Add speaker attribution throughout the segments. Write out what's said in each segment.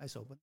Speaker 1: Eyes open.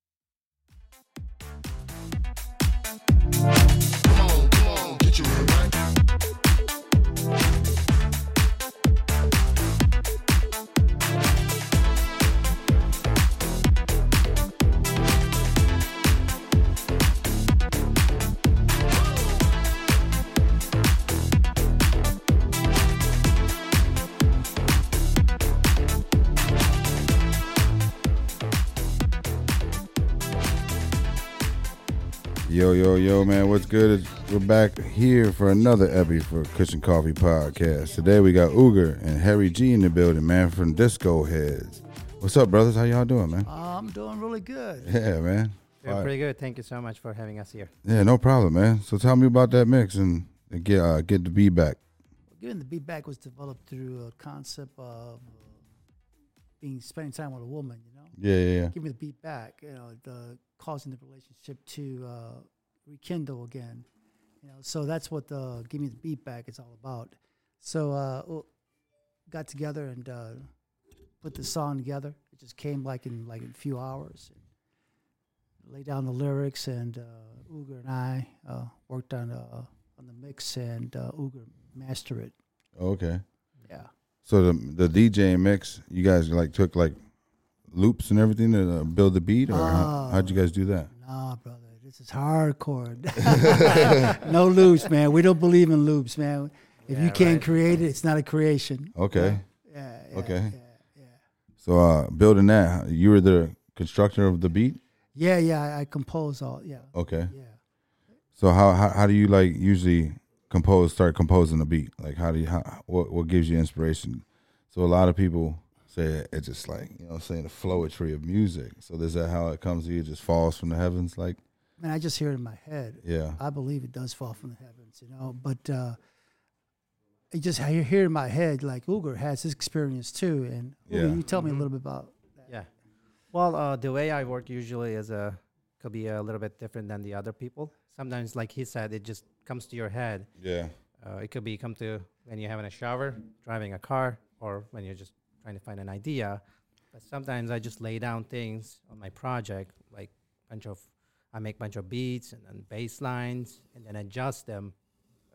Speaker 2: Yo, yo, yo, man, what's good? We're back here for another epi for Cushion Coffee Podcast. Today we got Uger and Harry G in the building, man, from Disco Heads. What's up, brothers? How y'all doing, man?
Speaker 1: I'm doing really good.
Speaker 2: Yeah, man.
Speaker 3: We're
Speaker 2: Fire.
Speaker 3: pretty good. Thank you so much for having us here.
Speaker 2: Yeah, no problem, man. So tell me about that mix and and get uh, get the B back.
Speaker 1: Given the beat back was developed through a concept of uh, being spending time with a woman, you know.
Speaker 2: Yeah, yeah, yeah.
Speaker 1: Give me the beat back, you know, the causing the relationship to uh, rekindle again, you know. So that's what the give me the beat back is all about. So uh, w- got together and uh, put the song together. It just came like in like a few hours. Lay down the lyrics, and uh, Uger and I uh, worked on uh, on the mix, and uh, Uger mastered it.
Speaker 2: Okay.
Speaker 1: Yeah.
Speaker 2: So the the DJ mix, you guys like took like loops and everything to uh, build the beat, or how,
Speaker 1: Ah.
Speaker 2: how'd you guys do that?
Speaker 1: Nah, brother, this is hardcore. no loops, man. We don't believe in loops, man. If you
Speaker 3: Yeah,
Speaker 1: can't
Speaker 3: right.
Speaker 1: create it, it's not a creation.
Speaker 2: Okay.
Speaker 1: Yeah. yeah,
Speaker 2: Okay.
Speaker 1: Yeah,
Speaker 2: So uh, building that, you were the constructor of the beat.
Speaker 1: yeah, yeah. yeah I, I compose all. Yeah.
Speaker 2: Okay.
Speaker 1: Yeah.
Speaker 2: So how, how how do you like usually compose? Start composing a beat. Like how do you how, what what gives you inspiration? So a lot of people say it's just like you know what I'm saying the flowetry of music. So is that how it comes to you? It just falls from the heavens, like
Speaker 1: Man, I just hear it in my head.
Speaker 2: yeah,
Speaker 1: I believe it does fall from the heavens, you know. But uh, it just I hear- hear in my head, like Uger has his experience too. And Uger,
Speaker 2: Yeah. Mm-hmm.
Speaker 1: you tell me a little bit about.
Speaker 3: Yeah. Well, uh, the way I work usually is uh, could be a little bit different than the other people. Sometimes, like he said, it just comes to your head.
Speaker 2: yeah,
Speaker 3: Uh, it could be come to when you're having a shower, driving a car, or when you're just trying to find an idea. But sometimes I just lay down things on my project, like bunch of, I make bunch of beats and then bass lines, and then adjust them.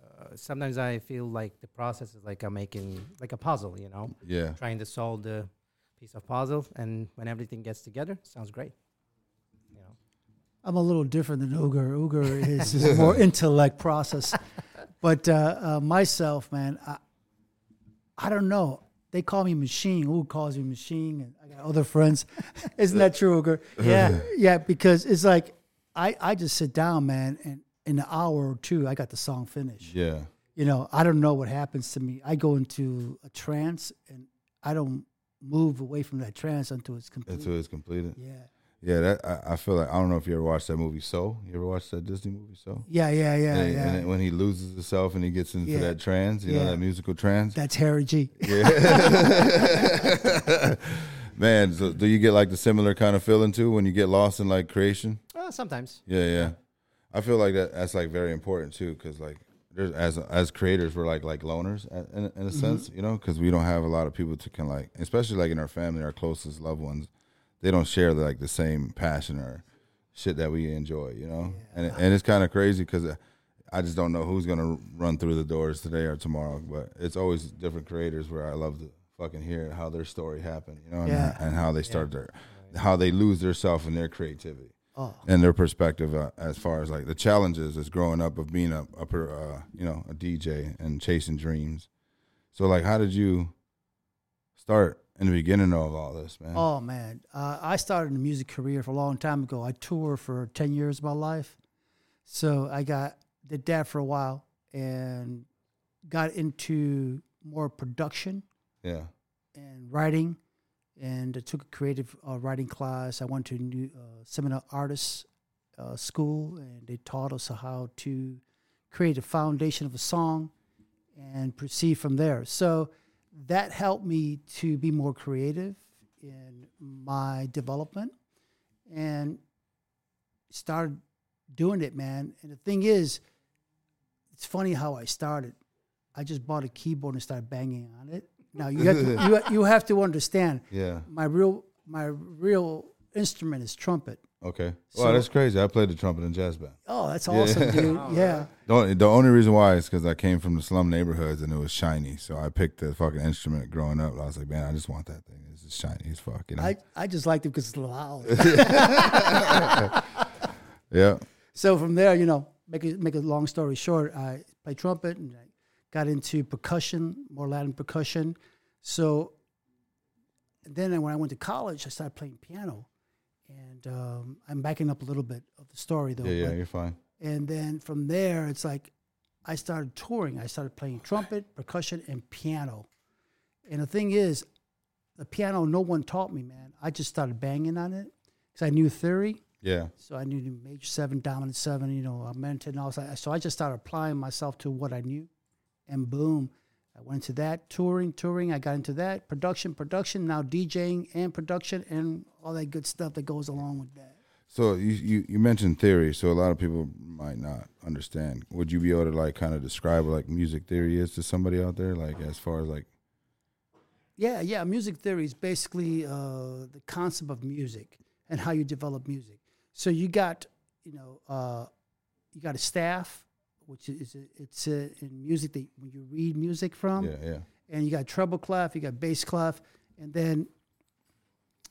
Speaker 3: Uh, sometimes I feel like the process is like I'm making like a puzzle, you know,
Speaker 2: yeah.
Speaker 3: trying to solve the piece of puzzle, and when everything gets together, sounds great. You know.
Speaker 1: I'm a little different than Uger. Uger is, is more intellect process. But uh, uh, myself, man, I, I don't know. They call me machine. Uger calls me machine, and I got other friends. Isn't that true, Uger?
Speaker 3: Yeah.
Speaker 1: yeah, because it's like I, I just sit down, man, and in an hour or two, I got the song finished.
Speaker 2: Yeah,
Speaker 1: You know, I don't know what happens to me. I go into a trance, and I don't move away from that trance until it's complete.
Speaker 2: until it's completed.
Speaker 1: yeah,
Speaker 2: Yeah, that I, I feel like I don't know if you ever watched that movie Soul. You ever watched that Disney movie Soul?
Speaker 1: yeah, yeah, yeah,
Speaker 2: and,
Speaker 1: yeah.
Speaker 2: and then when he loses himself and he gets into
Speaker 1: Yeah.
Speaker 2: that trance, you know
Speaker 1: Yeah.
Speaker 2: that musical trance.
Speaker 1: That's Harry G.
Speaker 2: Yeah. Man, so do you get like the similar kind of feeling too when you get lost in like creation?
Speaker 3: Uh, sometimes.
Speaker 2: Yeah, yeah. I feel like that that's like very important too cuz like there's as as creators we're like like loners a- in,
Speaker 1: Mm-hmm.
Speaker 2: in a sense, you know, cuz we don't have a lot of people to can like especially like in our family, our closest loved ones, they don't share like the same passion or shit that we enjoy, you know? And and it's kind of crazy cuz I just don't know who's going to run through the doors today or tomorrow, but it's always different creators where I love to fucking hear how their story happened, you know, and,
Speaker 1: Yeah.
Speaker 2: and how they start their how they lose their self and their creativity
Speaker 1: Oh,
Speaker 2: and their perspective uh, as far as like the challenges is growing up of being a, a per, uh, you know a DJ and chasing dreams. So like, how did you start in the beginning of all this, man?
Speaker 1: oh man. Uh, I started in the music career for a long time ago. I toured for 10 years of my life. So I got, did that for a while and got into more production
Speaker 2: Yeah,
Speaker 1: and writing and I took a creative uh, writing class. I went to a new uh, seminar artists uh, school and they taught us how to create a foundation of a song and proceed from there. So that helped me to be more creative in my development and started doing it, man. And the thing is, it's funny how I started. I just bought a keyboard and started banging on it. Now you have to, you, you have to understand
Speaker 2: yeah,
Speaker 1: my real my real instrument is trumpet.
Speaker 2: Okay.
Speaker 1: So-
Speaker 2: wow, that's crazy. I played the trumpet in jazz band.
Speaker 1: Oh, that's awesome, dude.
Speaker 3: Wow,
Speaker 1: Yeah.
Speaker 2: The only, the only reason why is because I came from the slum neighborhoods and it was shiny. So I picked the fucking instrument growing up. I was like, man, I just want that thing. It's just shiny as fuck. You know?
Speaker 1: I, I just liked it because it's loud.
Speaker 2: yeah.
Speaker 1: so from there, you know, make a, make a long story short, I played trumpet and I got into percussion, more Latin percussion. So then when I went to college, I started playing piano. And um, I'm backing up a little bit of the story though.
Speaker 2: Yeah, yeah,
Speaker 1: but-
Speaker 2: you're fine.
Speaker 1: And then from there, it's like I started touring. I started playing trumpet, percussion, and piano. And the thing is, the piano, no one taught me, man. I just started banging on it because I knew theory.
Speaker 2: Yeah.
Speaker 1: So I knew the major seven, dominant seven, you know, augmented and all that. So I just started applying myself to what I knew. And boom, I went into that touring, touring. I got into that production, production, now DJing and production and all that good stuff that goes along with that.
Speaker 2: So you, you, you mentioned theory. So a lot of people might not understand. Would you be able to like kind of describe what like music theory is to somebody out there? Like as far as like,
Speaker 1: Yeah, yeah. Music theory is basically uh, the concept of music and how you develop music. So you got, you know, uh, you got a staff, which is it's uh in music that when you read music from,
Speaker 2: yeah, yeah.
Speaker 1: and you got treble clef, you got bass clef, and then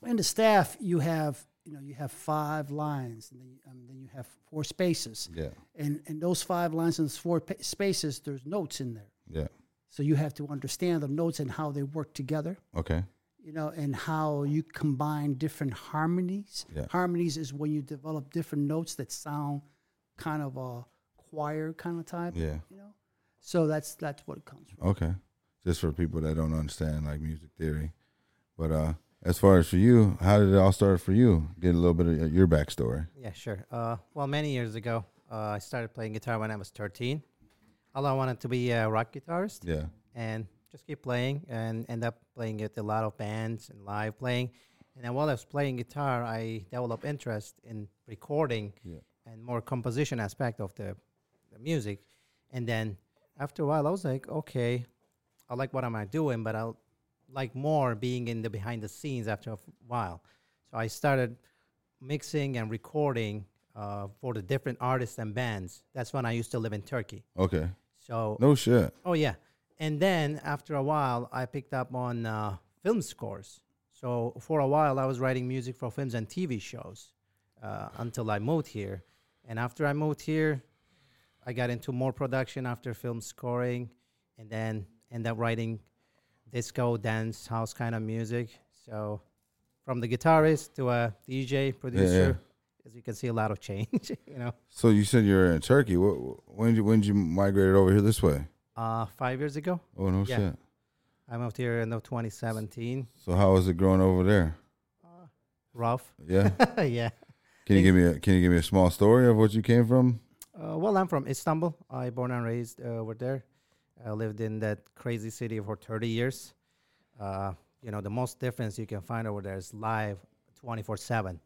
Speaker 1: in the staff you have, you know, you have five lines, and then, um, then you have four spaces,
Speaker 2: Yeah.
Speaker 1: and and those five lines and those four pa- spaces, there's notes in there.
Speaker 2: Yeah.
Speaker 1: So you have to understand the notes and how they work together
Speaker 2: Okay.
Speaker 1: you know, and how you combine different harmonies.
Speaker 2: Yeah.
Speaker 1: Harmonies is when you develop different notes that sound kind of a choir kind of type.
Speaker 2: Yeah.
Speaker 1: You know, so that's that's what it comes from.
Speaker 2: Okay. Just for people that don't understand like music theory. But uh as far as for you, how did it all start for you? Get a little bit of your backstory.
Speaker 3: Yeah, sure. Uh, well, many years ago, uh, I started playing guitar when I was 13. All I wanted to be a rock guitarist
Speaker 2: Yeah.
Speaker 3: and just keep playing and end up playing with a lot of bands and live playing. And then while I was playing guitar, I developed interest in recording
Speaker 2: Yeah.
Speaker 3: and more composition aspect of the, the music. And then after a while, I was like, okay, I like what am I doing, but I'll like more being in the behind the scenes after a f- while. So I started mixing and recording uh, for the different artists and bands. That's when I used to live in Turkey.
Speaker 2: Okay.
Speaker 3: So
Speaker 2: No shit.
Speaker 3: Oh yeah, and then after a while, I picked up on uh, film scores. So for a while, I was writing music for films and TV shows uh, until I moved here. And after I moved here, I got into more production after film scoring, and then end up writing disco, dance, house kind of music. So from the guitarist to a DJ producer, as you can see, a lot of change. you know,
Speaker 2: So you said you're in Turkey. What when did you when did you migrate over here this way?
Speaker 3: uh, five years ago,
Speaker 2: Oh no
Speaker 3: Yeah.
Speaker 2: shit.
Speaker 3: I moved here in the 2017.
Speaker 2: So how was it growing over there?
Speaker 3: Rough.
Speaker 2: Yeah.
Speaker 3: yeah.
Speaker 2: Can you give me a can you give me a small story of what you came from?
Speaker 3: Uh, well, I'm from Istanbul. I born and raised uh, over there. I lived in that crazy city for 30 years. Uh, you know, the most difference you can find over there is live 24 7.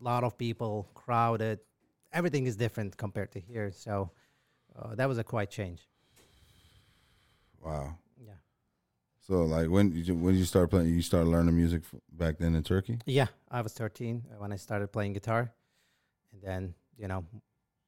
Speaker 3: A lot of people, crowded. Everything is different compared to here. So uh, that was a quite change.
Speaker 2: Wow.
Speaker 3: Yeah.
Speaker 2: So like when did you when did you start playing you started learning music f- back then in Turkey?
Speaker 3: Yeah. I was 13 when I started playing guitar. And then, you know,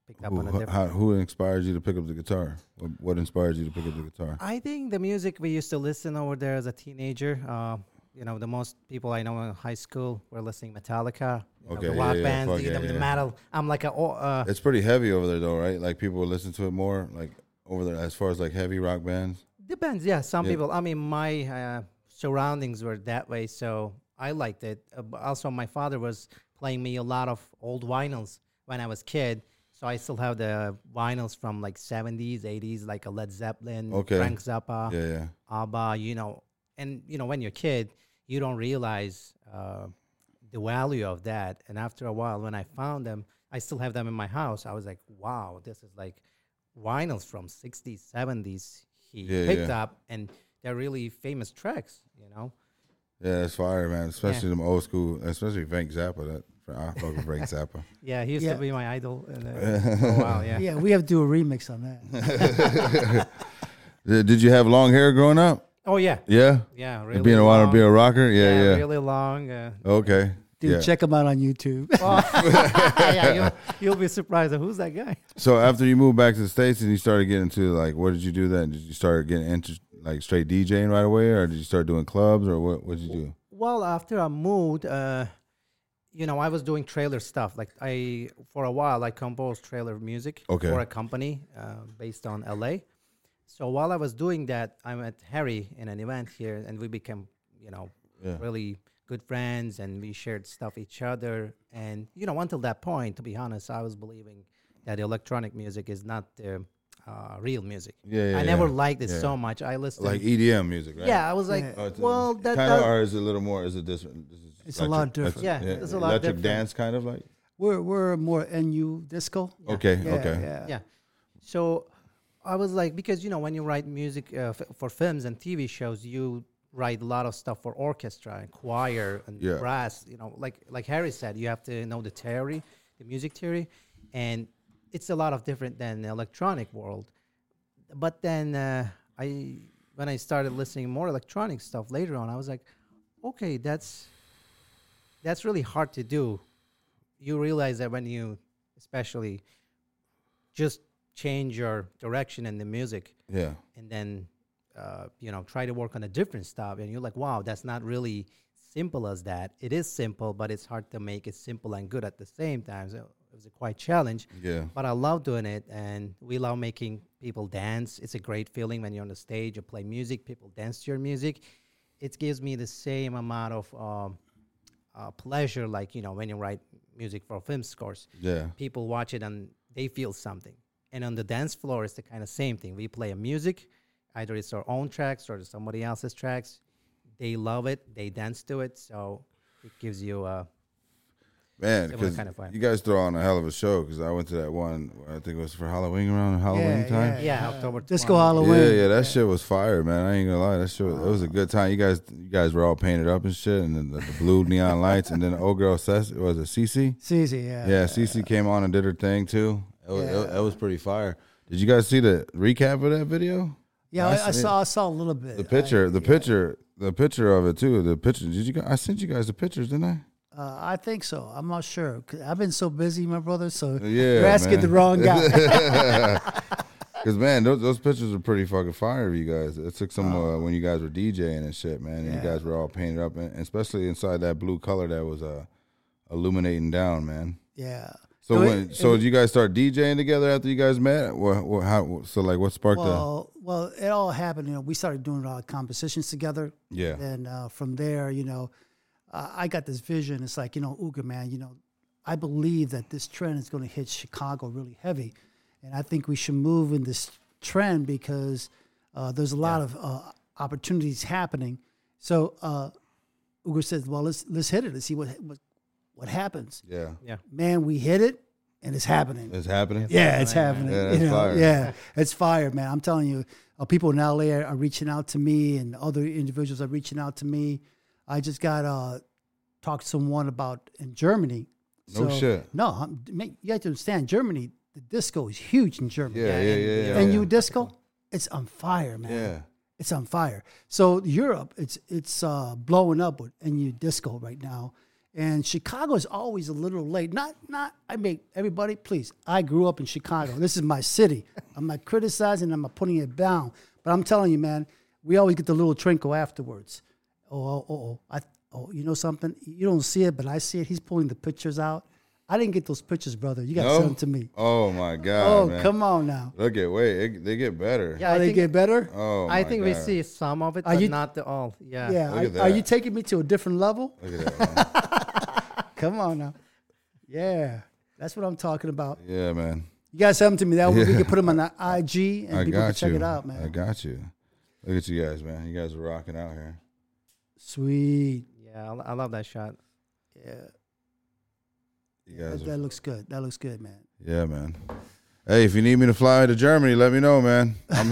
Speaker 3: picked up
Speaker 2: Who,
Speaker 3: on a
Speaker 2: who-
Speaker 3: different.
Speaker 2: how, who inspired you to pick up the guitar? What, what inspired you to pick up the guitar?
Speaker 3: I think the music we used to listen over there as a teenager. Uh, you know, the most people I know in high school were listening Metallica, you know,
Speaker 2: Okay,
Speaker 3: the
Speaker 2: yeah,
Speaker 3: rock
Speaker 2: yeah,
Speaker 3: bands,
Speaker 2: fuck
Speaker 3: the,
Speaker 2: yeah,
Speaker 3: the
Speaker 2: yeah.
Speaker 3: metal. I'm like a oh, uh,
Speaker 2: It's pretty heavy over there, though, right? Like people will listen to it more, like over there, as far as like heavy rock bands.
Speaker 3: depends. Yeah, some
Speaker 2: Yeah.
Speaker 3: people. I mean, my uh, surroundings were that way, so I liked it. Uh, but also, my father was playing me a lot of old vinyls when I was kid. So I still have the vinyls from like 70s, 80s, like a Led Zeppelin,
Speaker 2: Okay.
Speaker 3: Frank Zappa.
Speaker 2: Yeah, yeah,
Speaker 3: ABBA, you know, and you know when you're a kid, you don't realize uh, the value of that. And after a while, when I found them, I still have them in my house. I was like, wow, this is like vinyls from 60s, 70s. He
Speaker 2: Yeah,
Speaker 3: picked
Speaker 2: yeah.
Speaker 3: up, and they're really famous tracks, you know.
Speaker 2: yeah. That's fire, man. Especially them old school, especially Frank Zappa. That I fucking Frank Zappa.
Speaker 3: Yeah, he used
Speaker 1: Yeah.
Speaker 3: to be my idol. And, uh, for a while, yeah.
Speaker 1: Yeah, we have to do a remix on that.
Speaker 2: Did, did you have long hair growing up?
Speaker 3: Oh yeah,
Speaker 2: Yeah,
Speaker 3: yeah. Really
Speaker 2: being a
Speaker 3: long,
Speaker 2: want to be a rocker. Yeah, yeah.
Speaker 3: really long. Uh,
Speaker 2: Okay,
Speaker 1: Dude,
Speaker 2: Yeah.
Speaker 1: check him out on YouTube.
Speaker 3: yeah, you'll, you'll be surprised. Who's that guy?
Speaker 2: So after you moved back to the states and you started getting into like, what did you do then? Did you start getting into like straight DJing right away, or did you start doing clubs, or what? What did you do?
Speaker 3: Well, after I moved, uh, you know, I was doing trailer stuff. Like I, for a while, I composed trailer music
Speaker 2: Okay.
Speaker 3: for a company uh, based on LA. So while I was doing that, I met Harry in an event here, and we became, you know,
Speaker 2: Yeah.
Speaker 3: really good friends, and we shared stuff each other. And you know, until that point, to be honest, I was believing that electronic music is not the uh, real music.
Speaker 2: Yeah, yeah,
Speaker 3: I never
Speaker 2: yeah.
Speaker 3: liked it
Speaker 2: Yeah.
Speaker 3: so much. I listened.
Speaker 2: Like EDM music, right?
Speaker 3: yeah, I was like,
Speaker 1: Yeah.
Speaker 2: Oh, it's a-
Speaker 3: well, that,
Speaker 2: kind
Speaker 3: that-
Speaker 2: of, or is it a little more? Is it different? Is it
Speaker 1: It's a lot
Speaker 2: electric-
Speaker 1: different.
Speaker 2: electric-
Speaker 3: Yeah, it's a lot
Speaker 2: electric
Speaker 3: different.
Speaker 2: dance, kind of like.
Speaker 1: we're we're more NU disco.
Speaker 2: Okay,
Speaker 1: Yeah,
Speaker 2: okay,
Speaker 1: Yeah.
Speaker 3: yeah so i was like because you know when you write music uh, f- for films and tv shows you write a lot of stuff for orchestra and choir and
Speaker 2: Yeah.
Speaker 3: brass you know like like harry said you have to know the theory the music theory and it's a lot of different than the electronic world but then uh, i when i started listening more electronic stuff later on i was like okay that's that's really hard to do you realize that when you especially just change your direction in the music
Speaker 2: yeah.
Speaker 3: and then uh, you know try to work on a different stuff and you're like wow that's not really simple as that it is simple but it's hard to make it simple and good at the same time so it was a quite challenge
Speaker 2: Yeah.
Speaker 3: but i love doing it and we love making people dance it's a great feeling when you're on the stage you play music people dance to your music it gives me the same amount of um, uh, pleasure like you know when you write music for film scores
Speaker 2: Yeah.
Speaker 3: people watch it and they feel something. And on the dance floor, it's the kind of same thing. We play a music, either it's our own tracks or somebody else's tracks. They love it. They dance to it. So it gives you uh, a
Speaker 2: Man,
Speaker 3: Similar
Speaker 2: because
Speaker 3: kind of vibe.
Speaker 2: you guys throw on a hell of a show. Because I went to that one. I think it was for Halloween around Halloween time.
Speaker 3: yeah, October.
Speaker 1: Disco
Speaker 3: 20.
Speaker 1: Halloween.
Speaker 2: Yeah, yeah, that shit was fire, man. I ain't gonna lie, that shit was, it was a good time. You guys, you guys were all painted up and shit, and then the, the blue neon lights, and then the old girl says it was a CC.
Speaker 1: It's easy. Yeah.
Speaker 2: Yeah, CC came on and did her thing too. It was, it, it was pretty fire. Did you guys see the recap of that video?
Speaker 1: Yeah, I, I
Speaker 2: see.
Speaker 1: saw I saw a little bit.
Speaker 2: The picture, the picture, the picture of it too. The picture. Did you? guys? I sent you guys the pictures, didn't I?
Speaker 1: I, uh, I think so. I'm not sure. 'Cause I've been so busy, my brother. So
Speaker 2: Yeah,
Speaker 1: you're asking
Speaker 2: man.
Speaker 1: the wrong guy.
Speaker 2: Because man, those, those pictures are pretty fucking fire of you guys. It took some uh, when you guys were DJing and shit, man. And you guys were all painted up, and and especially inside that blue color that was uh, illuminating down, man.
Speaker 1: yeah.
Speaker 2: So
Speaker 1: No, it-
Speaker 2: when, so did you guys start DJing together after you guys met? What, what how so like what sparked
Speaker 1: Well, well, it all happened. You know, we started doing uh, compositions together.
Speaker 2: that? Yeah,
Speaker 1: And uh, from there, you know, uh, I got this vision. It's like, you know, Uga, man, you know, I believe that this trend is going to hit Chicago really heavy. And I think we should move in this trend because uh, there's a lot of uh, opportunities happening. So uh, Uga says, well, let's, let's hit it. Let's see what, what, what happens.
Speaker 2: yeah,
Speaker 3: Yeah.
Speaker 1: Man, we hit it and it's happening.
Speaker 2: it's happening.
Speaker 1: Yeah, it's happening.
Speaker 2: Yeah, that's
Speaker 1: you know,
Speaker 2: fire.
Speaker 1: yeah, it's fire, man. I'm telling you, uh, people in LA are, are reaching out to me, and other individuals are reaching out to me. I just got uh, talked to someone about in Germany.
Speaker 2: No shit.
Speaker 1: No, I'm, man, you have to understand, Germany, the disco is huge in Germany.
Speaker 2: Yeah, yeah, yeah,
Speaker 3: Yeah,
Speaker 2: yeah.
Speaker 3: and-
Speaker 2: yeah,
Speaker 1: and you disco, it's on fire, man.
Speaker 2: yeah.
Speaker 1: It's on fire. So Europe, it's it's uh, blowing up with NU disco right now, and Chicago is always a little late. Not not. I mean, everybody, please. I grew up in Chicago. This is my city. I'm not criticizing. I'm not putting it down. But I'm telling you, man, we always get the little trinkle afterwards. Oh, oh, oh, oh. I, oh, you know something? You don't see it, but I see it. He's pulling the pictures out. I didn't get those pictures, brother. You got to
Speaker 2: No?
Speaker 1: send them to me.
Speaker 2: Oh my god,
Speaker 1: Oh,
Speaker 2: man.
Speaker 1: come on now.
Speaker 2: Look at wait, it, they get better.
Speaker 3: Yeah,
Speaker 1: How
Speaker 3: I
Speaker 1: they
Speaker 3: think,
Speaker 1: get better?
Speaker 2: Oh,
Speaker 3: I
Speaker 2: my
Speaker 3: think we
Speaker 2: God.
Speaker 3: see some of it,
Speaker 1: Are
Speaker 3: but
Speaker 1: you-
Speaker 3: not the all. Yeah.
Speaker 1: yeah.
Speaker 2: Look at
Speaker 1: Are, are you
Speaker 2: that.
Speaker 1: taking me to a different level?
Speaker 2: Look at that. man.
Speaker 1: Come on now. Yeah. That's what I'm talking about.
Speaker 2: yeah, man.
Speaker 1: You guys send them to me. That way we can put them on the IG and people
Speaker 2: I
Speaker 1: can
Speaker 2: got
Speaker 1: check
Speaker 2: you.
Speaker 1: it out,
Speaker 2: I
Speaker 1: man.
Speaker 2: got you. Look at you guys, man. You guys are rocking out here.
Speaker 1: Sweet.
Speaker 3: Yeah, I, lo- I love that shot.
Speaker 1: Yeah.
Speaker 2: You
Speaker 1: That,
Speaker 2: guys,
Speaker 1: that
Speaker 2: are,
Speaker 1: looks good. That looks good, man.
Speaker 2: yeah, man. Hey, if you need me to fly to Germany, let me know, man. I'm,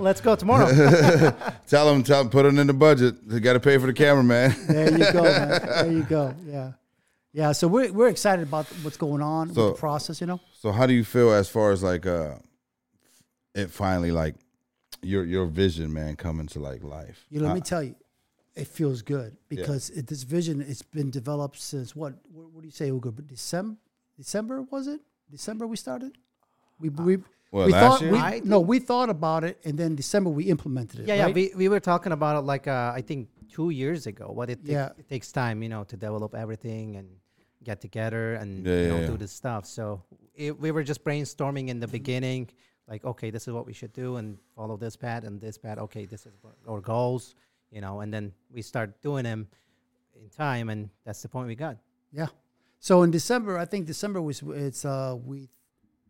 Speaker 3: Let's go tomorrow.
Speaker 2: tell them, tell 'em, put it in the budget. They got to pay for the camera, man.
Speaker 1: There you go, man. There you go. Yeah. Yeah. So we're, we're excited about what's going on
Speaker 2: So-
Speaker 1: with the process, you know?
Speaker 2: So how do you feel as far as like uh it finally like your your vision man coming to like life?
Speaker 1: You know, let
Speaker 2: I-
Speaker 1: me tell you, it feels good
Speaker 2: Uh, Yeah.
Speaker 1: because it, this vision it's been developed since what what, what do you say Ugo? December December was it December we started we we,
Speaker 2: Well,
Speaker 1: we
Speaker 2: Uh, last
Speaker 1: thought
Speaker 2: year?
Speaker 1: we-
Speaker 3: I
Speaker 1: no we thought about it and then December we implemented it
Speaker 3: Yeah, yeah.
Speaker 1: right?
Speaker 3: We, we were talking about it like uh, I think two years ago. What it takes,
Speaker 1: Yeah.
Speaker 3: it takes time, you know, to develop everything and get together and
Speaker 2: Yeah,
Speaker 3: you know
Speaker 2: yeah, yeah.
Speaker 3: do this stuff. So it, we were just brainstorming in the beginning, like okay, this is what we should do and follow this path and this path. Okay, this is what our goals, you know, and then we start doing them in time, and that's the point we got.
Speaker 1: Yeah. So in December, I think December was it's uh we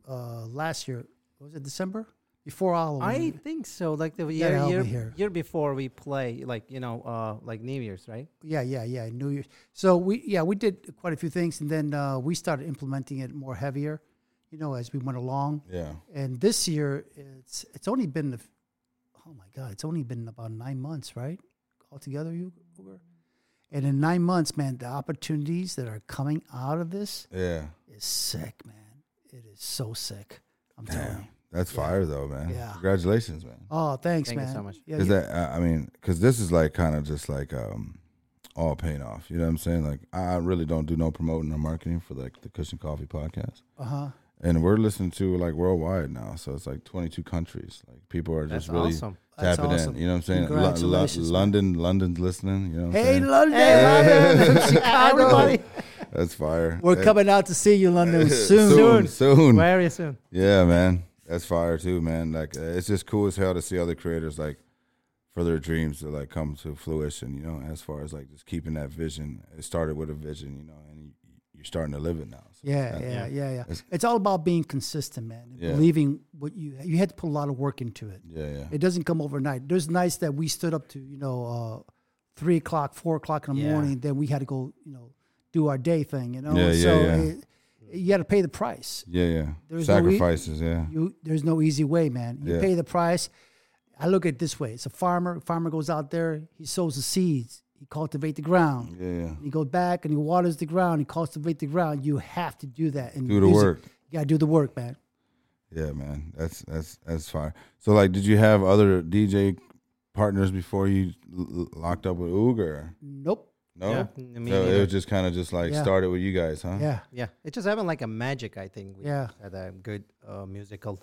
Speaker 1: uh last year was it December before
Speaker 3: I
Speaker 1: Halloween?
Speaker 3: think so. Like the
Speaker 1: Gotta
Speaker 3: year
Speaker 1: help
Speaker 3: year,
Speaker 1: me here.
Speaker 3: year before we play, like you know, uh, like New Year's, right?
Speaker 1: yeah, yeah, yeah. New Year's. So we yeah we did quite a few things, and then uh, we started implementing it more heavier, you know, as we went along.
Speaker 2: Yeah.
Speaker 1: And this year, it's it's only been a f- oh my god, it's only been about nine months, right? Altogether, you Uber? And in nine months, man, the opportunities that are coming out of this
Speaker 2: Yeah.
Speaker 1: is sick, man. It is so sick. I'm telling you.
Speaker 2: That's fire though, man.
Speaker 1: Yeah.
Speaker 2: Congratulations, man.
Speaker 1: Oh, thanks,
Speaker 3: Thank you
Speaker 1: man.
Speaker 3: so much.
Speaker 1: Yeah,
Speaker 2: Cause
Speaker 1: yeah.
Speaker 2: that, I I mean, cause this is like kind of just like um, all paying off. You know what I'm saying? Like I really don't do no promoting or marketing for like the Cushion Coffee podcast,
Speaker 1: uh-huh.
Speaker 2: and we're listened to like worldwide now. So it's like 22 countries. Like people are just
Speaker 3: That's
Speaker 2: really
Speaker 3: awesome.
Speaker 1: That's
Speaker 2: tapping
Speaker 1: awesome.
Speaker 2: in. You know what I'm saying? Lo- lo-
Speaker 1: Congratulations, man.
Speaker 2: London, London's listening. You know what I'm
Speaker 1: Hey,
Speaker 2: saying?
Speaker 1: London, London, from Chicago.
Speaker 3: Everybody.
Speaker 2: That's fire.
Speaker 1: We're
Speaker 2: Hey,
Speaker 1: coming out to see you, London, soon.
Speaker 2: soon, soon.
Speaker 3: Very soon.
Speaker 2: Yeah, man, that's fire too, man. Like uh, it's just cool as hell to see other creators like for their dreams to like come to fruition. You know, as far as like just keeping that vision. It started with a vision, you know, and you, you're starting to live it now. So,
Speaker 1: Yeah,
Speaker 2: uh,
Speaker 1: yeah, yeah, yeah.
Speaker 2: It's-
Speaker 1: It's all about being consistent, man. and
Speaker 2: Yeah.
Speaker 1: Believing what you you had to put a lot of work into it.
Speaker 2: yeah, yeah,
Speaker 1: It doesn't come overnight. There's nights that we stood up to, you know, uh, three o'clock, four o'clock in the
Speaker 3: Yeah.
Speaker 1: morning. Then we had to go, you know, do our day thing. You know,
Speaker 2: Yeah, yeah,
Speaker 1: so
Speaker 2: yeah.
Speaker 1: It, you got to pay the price.
Speaker 2: yeah, yeah.
Speaker 1: There's no ea-
Speaker 2: Sacrifices, yeah,
Speaker 1: you there's no easy way, man. You
Speaker 2: Yeah.
Speaker 1: pay the price. I look at it this way: it's a farmer. Farmer goes out there, he sows the seeds, he cultivate the ground.
Speaker 2: yeah, yeah.
Speaker 1: He goes back and he waters the ground, he cultivate the ground. You have to do that. And
Speaker 2: Do the work.
Speaker 1: You gotta do the work, man.
Speaker 2: Yeah, man, that's that's that's fire. So, like, did you have other DJ partners before you l- l- locked up with Uger?
Speaker 1: Nope.
Speaker 2: No,
Speaker 3: Yeah, me
Speaker 2: so it
Speaker 3: neither.
Speaker 2: was just kind of just like
Speaker 1: Yeah.
Speaker 2: started with you guys, huh?
Speaker 1: Yeah.
Speaker 3: Yeah, it just happened like a magic. I think we
Speaker 1: Yeah.
Speaker 3: had a good uh, musical,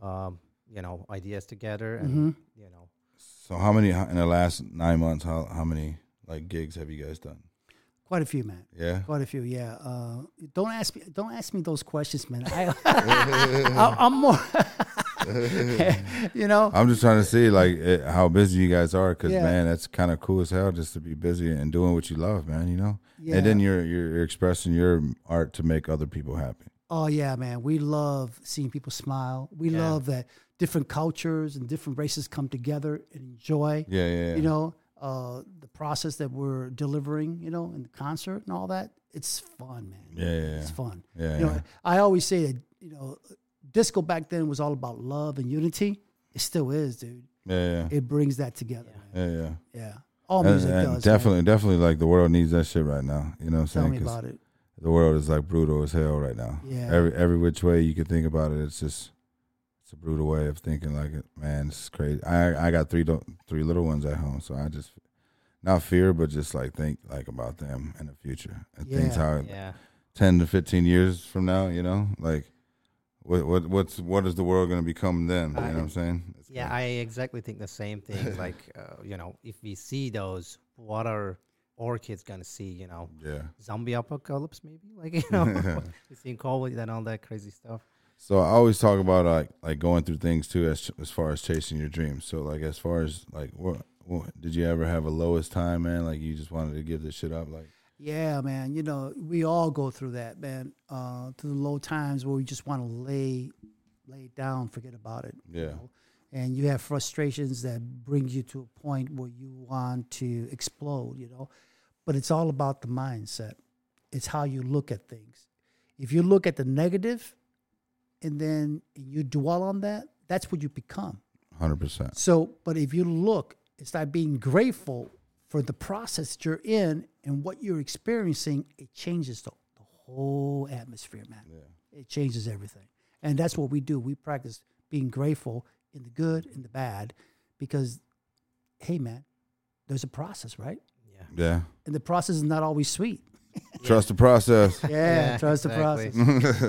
Speaker 3: um, you know, ideas together, and you know,
Speaker 2: So how many in the last nine months? How how many like gigs have you guys done?
Speaker 1: Quite a few, man.
Speaker 2: Yeah,
Speaker 1: Quite a few, yeah. Uh, don't ask me. Don't ask me those questions, man. I, I, I'm more, you know.
Speaker 2: I'm just trying to see like it, how busy you guys are, because
Speaker 1: Yeah.
Speaker 2: man, that's kind of cool as hell just to be busy and doing what you love, man. You know,
Speaker 1: Yeah.
Speaker 2: and then you're you're expressing your art to make other people happy.
Speaker 1: Oh yeah, man. We love seeing people smile. We
Speaker 3: Yeah.
Speaker 1: love that different cultures and different races come together and enjoy.
Speaker 2: Yeah, yeah, yeah.
Speaker 1: You know, uh, the process that we're delivering. You know, in the concert and all that. It's fun, man.
Speaker 2: yeah, yeah, yeah.
Speaker 1: It's fun.
Speaker 2: Yeah,
Speaker 1: You
Speaker 2: yeah.
Speaker 1: know, I always say that. You know, disco back then was all about love and unity. It still is, dude.
Speaker 2: yeah, yeah,
Speaker 1: It brings that together. man.
Speaker 2: yeah, yeah.
Speaker 1: Yeah. All
Speaker 2: And-
Speaker 1: music
Speaker 2: and
Speaker 1: does. man.
Speaker 2: definitely, definitely, like the world needs that shit right now. You know what I'm
Speaker 1: Tell
Speaker 2: saying?
Speaker 1: me
Speaker 2: 'Cause
Speaker 1: about it.
Speaker 2: the world is like brutal as hell right now.
Speaker 1: Yeah.
Speaker 2: Every every which way you can think about it, it's just it's a brutal way of thinking. Like, man, it's crazy. I I got three do- three little ones at home, so I just not fear, but just like think like about them in the future and things
Speaker 1: Yeah.
Speaker 2: how
Speaker 3: yeah,
Speaker 2: ten to fifteen years from now, you know, like what what what's what is the world gonna become then? You know what I'm saying? It's
Speaker 3: yeah. I exactly think the same thing. like, uh, you know, if we see those, what are our kids gonna see? You know,
Speaker 2: crazy. yeah.
Speaker 3: zombie apocalypse, maybe. Like, you know, you see COVID and all that crazy stuff.
Speaker 2: So I always talk about like like going through things too as as far as chasing your dreams. So like as far as like what, what did you ever have a lowest time, man? Like you just wanted to give this shit up, like
Speaker 1: Yeah, man. You know, we all go through that, man. Uh, through the low times where we just want to lay, lay down, forget about it. you
Speaker 2: Yeah.
Speaker 1: know? And you have frustrations that brings you to a point where you want to explode. You know, but it's all about the mindset. It's how you look at things. If you look at the negative, and then you dwell on that, that's what you become.
Speaker 2: hundred percent.
Speaker 1: So, but if you look, it's like being grateful for the process that you're in and what you're experiencing. It changes the, the whole atmosphere, man. It changes everything. And that's what we do. We practice being grateful in the good and the bad because, hey, man, there's a process, right?
Speaker 3: Yeah.
Speaker 2: Yeah.
Speaker 1: And the process is not always sweet.
Speaker 2: Trust the process.
Speaker 1: Yeah, trust the
Speaker 3: exactly.
Speaker 1: process.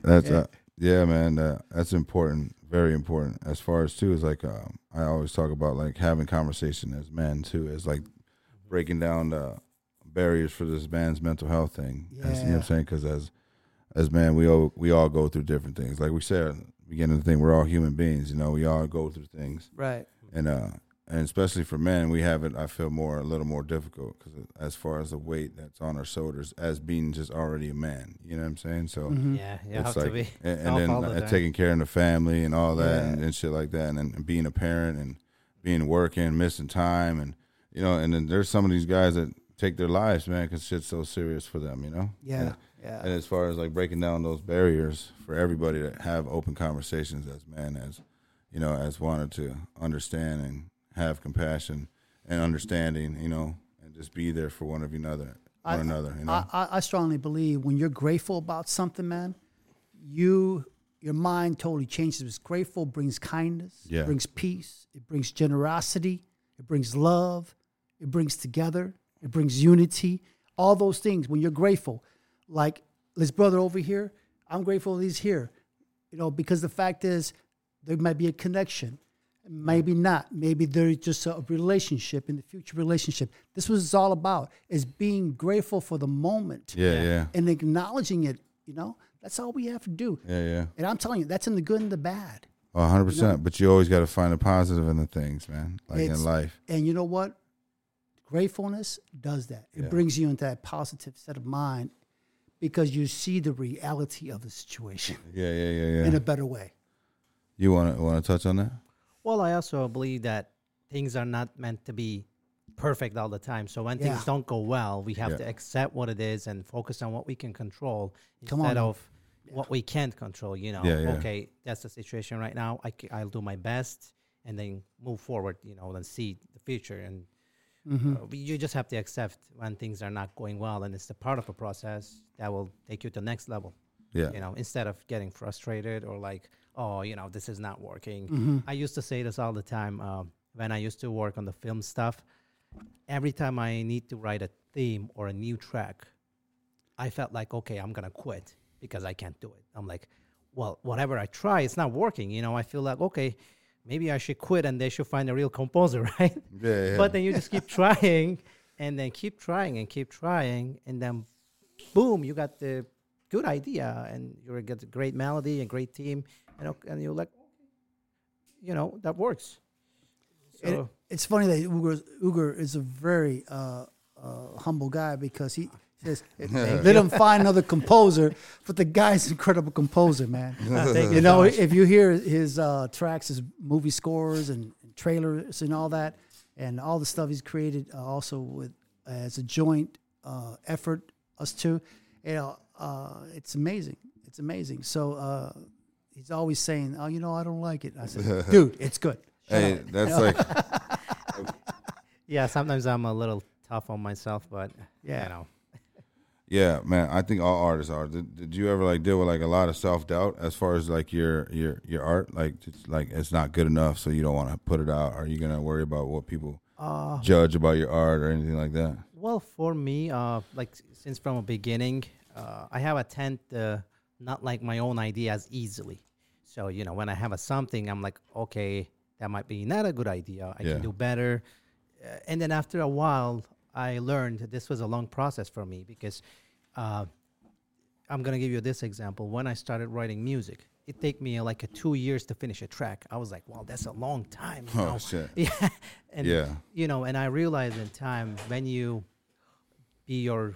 Speaker 2: That's
Speaker 1: Yeah.
Speaker 2: uh, yeah, man. Uh, that's important, very important. As far as too is like um, I always talk about like having conversation as men too is like
Speaker 1: Mm-hmm.
Speaker 2: breaking down the barriers for this man's mental health thing. As- you know what
Speaker 1: Yeah.
Speaker 2: I'm saying? Because as as man, we all we all go through different things. Like we said, at the beginning of the thing, we're all human beings. You know, we all go through things
Speaker 1: Right.
Speaker 2: and uh and especially for men we have it i feel more a little more difficult because as far as the weight that's on our shoulders as being just already a man you know what i'm saying so
Speaker 1: Mhm.
Speaker 3: Yeah, you have
Speaker 2: like
Speaker 3: to be.
Speaker 2: and, and
Speaker 3: All-
Speaker 2: then
Speaker 3: all the
Speaker 2: like,
Speaker 3: time.
Speaker 2: taking care of the family and all that
Speaker 1: Yeah.
Speaker 2: and, and shit like that and, then being a parent and being working missing time and you know and then there's some of these guys that take their lives man because shit's so serious for them you know
Speaker 1: Yeah.
Speaker 2: And-
Speaker 1: Yeah.
Speaker 2: and as far as like breaking down those barriers for everybody to have open conversations as men, as you know, as wanted to understand and have compassion and understanding, you know, and just be there for one of another,
Speaker 1: I-
Speaker 2: one another, you know.
Speaker 1: I, I, I strongly believe when you're grateful about something, man, you your mind totally changes. It's grateful brings kindness,
Speaker 2: Yeah.
Speaker 1: it brings peace, it brings generosity, it brings love, it brings together, it brings unity. All those things when you're grateful, like this brother over here, I'm grateful he's here, you know, because the fact is there might be a connection. Maybe not. Maybe there's just a relationship in the future relationship. This was all about is being grateful for the moment
Speaker 2: yeah, yeah,
Speaker 1: and acknowledging it. You know, that's all we have to do.
Speaker 2: yeah, yeah,
Speaker 1: And I'm telling you, that's in the good and the bad.
Speaker 2: a hundred percent. But you always got to find the positive in the things, man. Like
Speaker 1: It's-
Speaker 2: in life,
Speaker 1: And you know what? Gratefulness does that. It
Speaker 2: Yeah.
Speaker 1: brings you into that positive set of mind because you see the reality of the situation
Speaker 2: yeah, yeah, yeah, yeah.
Speaker 1: in a better way.
Speaker 2: you want to want to touch on that?
Speaker 3: Well, I also believe that things are not meant to be perfect all the time. So when
Speaker 1: Yeah.
Speaker 3: things don't go well, we have
Speaker 2: Yeah.
Speaker 3: to accept what it is and focus on what we can control
Speaker 1: Come
Speaker 3: instead
Speaker 1: on.
Speaker 3: of what we can't control. You know,
Speaker 2: Yeah, yeah.
Speaker 3: okay, that's the situation right now. I c- I'll do my best and then move forward. You know, and see the future. And
Speaker 1: Mm-hmm.
Speaker 3: uh, we- you just have to accept when things are not going well, and it's the part of a process that will take you to the next level
Speaker 2: Yeah,
Speaker 3: you know instead of getting frustrated or like oh you know this is not working i used to say this all the time um, when i used to work on the film stuff every time i need to write a theme or a new track i felt like okay i'm gonna quit because i can't do it i'm like well whatever i try it's not working you know i feel like okay maybe i should quit and they should find a real composer right
Speaker 2: yeah, yeah.
Speaker 3: but then you just keep trying and then keep trying and keep trying and then boom you got the good idea and you get a great melody and great team and, o- and you're like you know that works
Speaker 1: And
Speaker 3: so
Speaker 1: it's funny that Uger, Uger is a very uh, uh, humble guy because he says, let him find another composer, but the guy's an incredible composer, man.
Speaker 3: thank
Speaker 1: you know, if you hear his uh, tracks, his movie scores and, and trailers and all that, and all the stuff he's created uh, also with as a joint uh, effort, us two, you know, uh, it's amazing. It's amazing. So uh, he's always saying, oh, you know, I don't like it. I said, dude, it's good. Shut
Speaker 2: hey,
Speaker 1: up.
Speaker 2: that's like
Speaker 3: yeah sometimes i'm a little tough on myself but yeah
Speaker 1: Yeah.
Speaker 3: you know
Speaker 2: Yeah, man. I think all artists are. Did, did you ever like deal with like a lot of self doubt as far as like your your your art? Like it's like it's not good enough, so you don't want to put it out. Are you gonna worry about what people
Speaker 1: Uh.
Speaker 2: judge about your art or anything like that?
Speaker 3: Well, for me, uh, like s- since from a beginning, uh, I have a tend to not like my own ideas easily. So you know, when I have a something, I'm like, okay, that might be not a good idea. I
Speaker 2: Yeah.
Speaker 3: can do better. Uh, and then after a while, I learned that this was a long process for me because uh, I'm gonna give you this example. When I started writing music, it take me like a two years to finish a track. I was like, wow, that's a long time. you
Speaker 2: Oh
Speaker 3: know?
Speaker 2: shit.
Speaker 3: yeah and
Speaker 2: Yeah.
Speaker 3: you know and i realized in time when you be your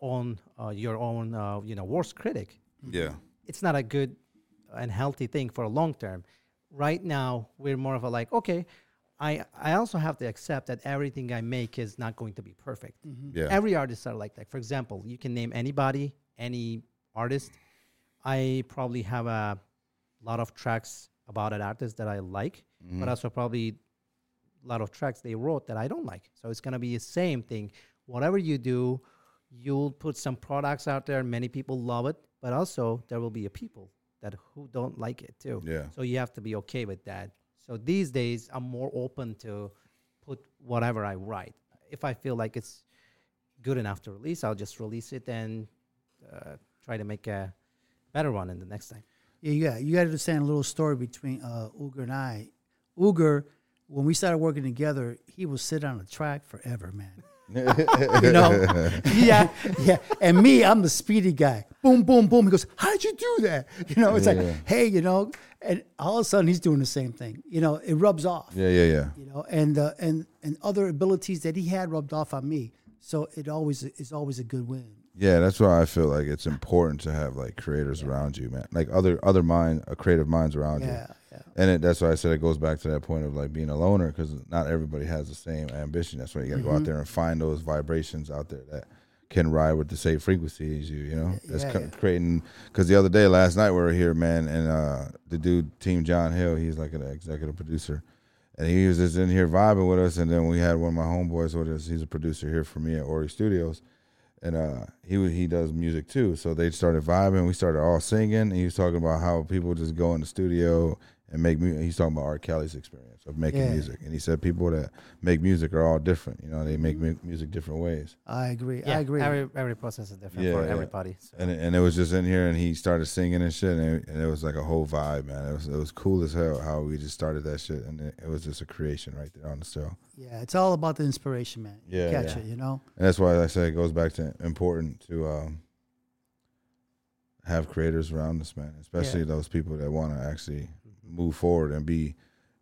Speaker 3: own uh, your own uh, you know worst critic
Speaker 2: Yeah.
Speaker 3: it's not a good and healthy thing for a long term right now we're more of a like okay i i also have to accept that everything i make is not going to be perfect
Speaker 1: Mm-hmm.
Speaker 2: Yeah.
Speaker 3: every artist are like that for example you can name anybody any artist i probably have a lot of tracks about an artist that i like but also probably a lot of tracks they wrote that I don't like. So it's gonna be the same thing. Whatever you do, you'll put some products out there. Many people love it, but also there will be a people that who don't like it too.
Speaker 2: Yeah.
Speaker 3: So you have to be okay with that. So these days, I'm more open to put whatever I write. If I feel like it's good enough to release, I'll just release it and uh, try to make a better one in the next time.
Speaker 1: Yeah, you got you got to understand a little story between uh, Uger and I. Uger, when we started working together, he would sit on a track forever, man. you know, yeah, yeah. And me, I'm the speedy guy. Boom, boom, boom. He goes, "How'd you do that?" You know, it's
Speaker 2: Yeah.
Speaker 1: like, hey, you know, and all of a sudden he's doing the same thing. You know, it rubs off.
Speaker 2: Yeah, yeah, yeah.
Speaker 1: You know, and uh, and and other abilities that he had rubbed off on me. So it always is always a good win.
Speaker 2: Yeah, that's why I feel like it's important to have like creators around you, man. Like other other mind, uh, creative minds around
Speaker 1: Yeah,
Speaker 2: you.
Speaker 1: yeah.
Speaker 2: And it, that's why I said it goes back to that point of like being a loner because not everybody has the same ambition. That's why you got to go
Speaker 1: Mm-hmm.
Speaker 2: out there and find those vibrations out there that can ride with the same frequency as you. You know, that's
Speaker 1: yeah,
Speaker 2: co-
Speaker 1: yeah.
Speaker 2: creating. Because the other day, last night, we were here, man, and uh, the dude, Team John Hill, he's like an executive producer. And he was just in here vibing with us, and then we had one of my homeboys with us. He's a producer here for me at Ori Studios, and uh, he was, he does music too. So they started vibing. We started all singing. And he was talking about how people just go in the studio and make music. He's talking about R. Kelly's experience of making
Speaker 1: Yeah.
Speaker 2: music, and he said people that make music are all different. You know, they make mu- music different ways.
Speaker 1: I agree. I agree.
Speaker 3: Every every process is different
Speaker 2: Yeah,
Speaker 3: for
Speaker 2: yeah.
Speaker 3: everybody. So.
Speaker 2: And and it was just in here, and he started singing and shit, and it, and it was like a whole vibe, man. It was it was cool as hell how we just started that shit, and it, it was just a creation right there on the show.
Speaker 1: yeah, it's all about the inspiration, man. You
Speaker 2: Yeah,
Speaker 1: catch
Speaker 3: yeah.
Speaker 1: it, you know.
Speaker 2: And that's why I say it goes back to important to um, have creators around us, man. Especially those people that want to actually move forward and be,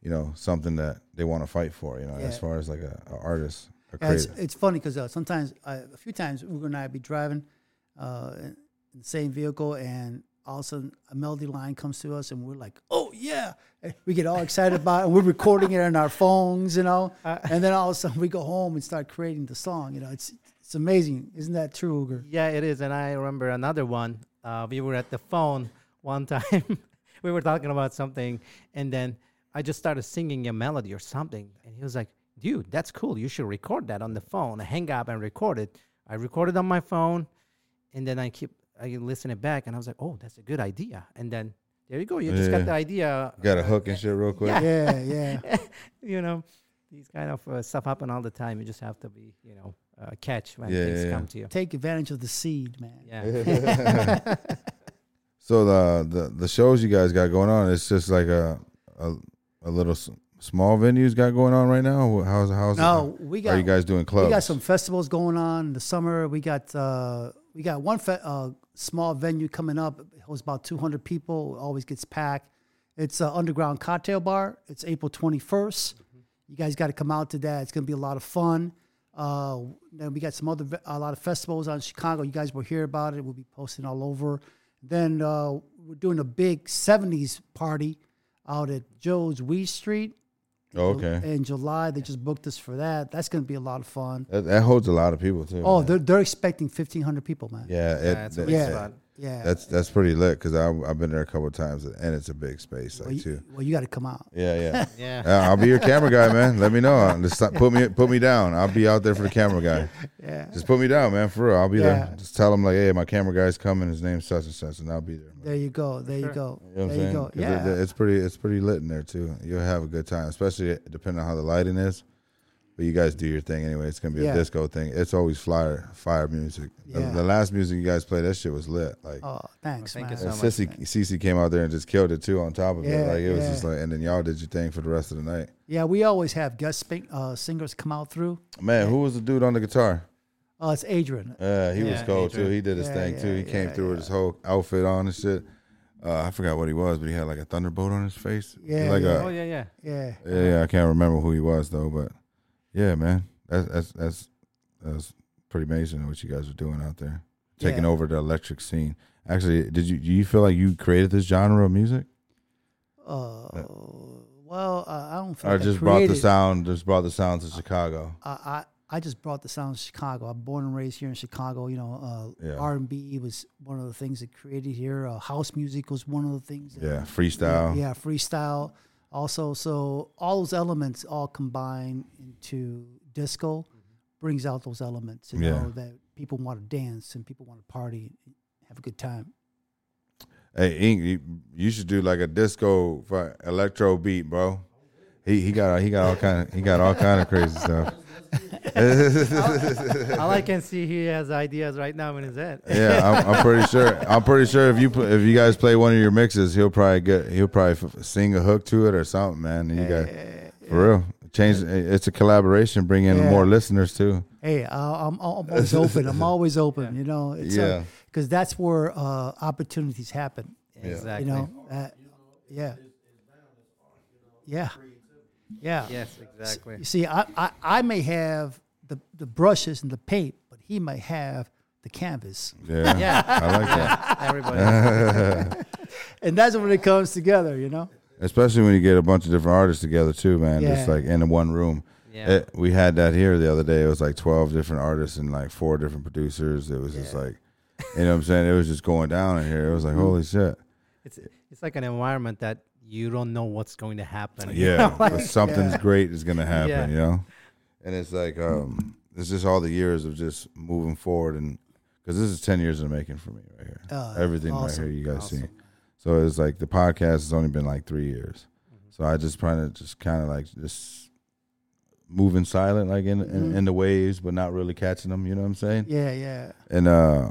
Speaker 2: you know, something that they want to fight for. You know, as
Speaker 1: Yeah.
Speaker 2: far as like a, a artist, a
Speaker 1: Yeah, it's,
Speaker 2: creator.
Speaker 1: it's funny because uh, sometimes, I, a few times, Ugo and I be driving uh, in the same vehicle, and all of a sudden a melody line comes to us, and we're like, "Oh yeah!" And we get all excited about, it, and we're recording it on our phones, you know. and then all of a sudden we go home and start creating the song. You know, it's it's amazing, isn't that true, Uger?
Speaker 3: Yeah, it is. And I remember another one. Uh, we were at the phone one time. we were talking about something, and then I just started singing a melody or something. And he was like, dude, that's cool. You should record that on the phone. I hang up and record it. I recorded on my phone, and then I keep I listen it back, and I was like, oh, that's a good idea. And then there you go. You just
Speaker 2: Yeah.
Speaker 3: got the idea.
Speaker 2: Got a hook and shit real quick.
Speaker 1: Yeah, yeah.
Speaker 3: you know, these kind of uh, stuff happen all the time. You just have to be, you know, uh, catch when
Speaker 2: Yeah,
Speaker 3: things
Speaker 2: yeah, yeah.
Speaker 3: come to you.
Speaker 1: Take advantage of the seed, man.
Speaker 3: Yeah.
Speaker 2: So the, the the shows you guys got going on, it's just like a a, a little s- small venues got going on right now. How's how's
Speaker 1: No, we got
Speaker 2: are you guys doing clubs?
Speaker 1: We got some festivals going on in the summer. We got uh, we got one fe- uh, small venue coming up. It holds about 200 people. It always gets packed. It's an underground cocktail bar. It's April 21st. You guys got to come out to that. It's going to be a lot of fun. Uh, then we got some other ve- a lot of festivals on Chicago. You guys will hear about it. We'll be posting all over. Then uh, we're doing a big 70s party out at Joe's Wee Street.
Speaker 2: Oh, okay,
Speaker 1: In July, they just booked us for that. That's going to be a lot of fun.
Speaker 2: that, that holds a lot of people too.
Speaker 1: Oh,
Speaker 2: man.
Speaker 1: they're, they're expecting fifteen hundred people, man.
Speaker 2: yeah, it,
Speaker 3: That's a
Speaker 2: that-
Speaker 3: big
Speaker 1: Yeah.
Speaker 3: spot.
Speaker 1: Yeah.
Speaker 2: That's that's pretty lit because I've been there a couple of times and it's a big space
Speaker 1: well,
Speaker 2: like
Speaker 1: you,
Speaker 2: too.
Speaker 1: well, you got to come out.
Speaker 2: Yeah, yeah.
Speaker 3: Yeah.
Speaker 2: Uh, I'll be your camera guy, man. Let me know. Just stop, put me put me down. I'll be out there for the camera guy.
Speaker 1: Yeah.
Speaker 2: Just put me down, man. For real, I'll be
Speaker 1: Yeah.
Speaker 2: there. Just tell him like, hey, my camera guy's coming. His name's such and such, and I'll be there.
Speaker 1: There you go. There you go.
Speaker 2: You
Speaker 1: there
Speaker 2: know what
Speaker 1: you
Speaker 2: I'm saying?
Speaker 1: go.
Speaker 2: 'Cause it-
Speaker 1: Yeah.
Speaker 2: it's pretty it's pretty lit in there too. You'll have a good time, especially depending on how the lighting is. But you guys do your thing anyway. It's gonna be
Speaker 1: Yeah.
Speaker 2: a disco thing. It's always fire fire music. The-
Speaker 1: Yeah.
Speaker 2: The, last music you guys played, that shit was lit. Like
Speaker 1: oh, thanks,
Speaker 3: Well, thank
Speaker 1: man.
Speaker 3: you so much.
Speaker 2: Sissy Cece came out there and just killed it too. On top of
Speaker 1: Yeah,
Speaker 2: it, like it was
Speaker 1: yeah.
Speaker 2: just like, and then y'all did your thing for the rest of the night.
Speaker 1: Yeah, we always have guest sing- uh, singers come out through.
Speaker 2: Man, who was the dude on the guitar?
Speaker 1: Oh, it's Adrian.
Speaker 2: Uh, he was
Speaker 3: Yeah,
Speaker 2: cold
Speaker 3: Adrian.
Speaker 2: too. He did his
Speaker 1: Yeah,
Speaker 2: thing too.
Speaker 1: yeah,
Speaker 2: He came
Speaker 1: yeah,
Speaker 2: through with his whole outfit on and shit. Uh, I forgot what he was, but he had like a thunderbolt on his face.
Speaker 1: Yeah,
Speaker 2: like
Speaker 1: yeah.
Speaker 2: a
Speaker 3: Oh yeah, yeah.
Speaker 1: Yeah.
Speaker 2: Yeah, yeah, I can't remember who he was though, but yeah, man, that's that's that's, that's pretty amazing what you guys are doing out there, taking
Speaker 1: Yeah.
Speaker 2: over the electric scene. Actually, did you do you feel like you created this genre of music,
Speaker 1: Uh, well, uh, I don't feel.
Speaker 2: or
Speaker 1: like I
Speaker 2: just brought the
Speaker 1: created-
Speaker 2: sound, just brought the sounds to Chicago?
Speaker 1: I, I I just brought the sound of Chicago. I'm born and raised here in Chicago. You know, uh,
Speaker 2: Yeah.
Speaker 1: R and B was one of the things that created here. Uh, house music was one of the things. That
Speaker 2: Yeah, freestyle.
Speaker 1: Yeah, freestyle. Also, so all those elements all combine into disco, brings out those elements. You
Speaker 2: Yeah.
Speaker 1: know that people want to dance and people want to party, and have a good time.
Speaker 2: Hey, Ink, you, you should do like a disco for electro beat, bro. He, he got he got all kind of he got all kind of crazy stuff.
Speaker 3: All I can see, he has ideas right now in his head.
Speaker 2: Yeah, I'm, I'm pretty sure. I'm pretty sure if you put, if you guys play one of your mixes, he'll probably get he'll probably f- sing a hook to it or something, man. You got for real. Change. It's a collaboration. Bring in
Speaker 1: Yeah.
Speaker 2: more listeners too.
Speaker 1: Hey, I, I'm, I'm always open. I'm always open. You know, it's
Speaker 2: Yeah.
Speaker 1: because that's where uh, opportunities happen.
Speaker 3: Exactly.
Speaker 1: You know, uh, yeah, yeah, yeah.
Speaker 3: Yes, exactly.
Speaker 1: You see, I, I, I may have the, the brushes and the paint, but he might have the canvas,
Speaker 2: Yeah,
Speaker 3: Yeah,
Speaker 2: I like that.
Speaker 3: everybody.
Speaker 1: and that's when it comes together. You know,
Speaker 2: Especially when you get a bunch of different artists together too, man. Just
Speaker 1: Yeah.
Speaker 2: like in one room.
Speaker 3: Yeah.
Speaker 2: It- Eh, we had that here the other day. It was like twelve different artists and like four different producers. It was just like, you know what I'm saying? It was just going down in here. It was like, holy shit.
Speaker 3: It's it's like an environment that you don't know what's going to happen.
Speaker 2: Yeah, but something's great is gonna happen,
Speaker 3: Yeah.
Speaker 2: you know. And it's like um, it's just all the years of just moving forward, and because this is ten years in the making for me right here.
Speaker 1: Oh,
Speaker 2: Everything
Speaker 1: awesome,
Speaker 2: right here, you guys see. So it's like the podcast has only been like three years,
Speaker 1: Mm-hmm.
Speaker 2: so I just trying to just kind of like just moving silent, like in, in in the waves, but not really catching them. You know what I'm saying?
Speaker 1: Mm-hmm. yeah, yeah,
Speaker 2: And uh,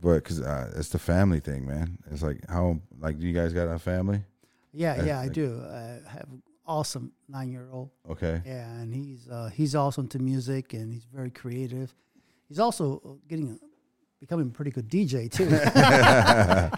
Speaker 2: but because uh, it's the family thing, man. It's like how like do you guys got a family?
Speaker 1: yeah,
Speaker 2: I
Speaker 1: yeah. I
Speaker 2: think-
Speaker 1: do. I have an awesome nine year old.
Speaker 2: Okay.
Speaker 1: Yeah, and he's uh, he's also into music and he's very creative. He's also uh, getting a, becoming a pretty good DJ too.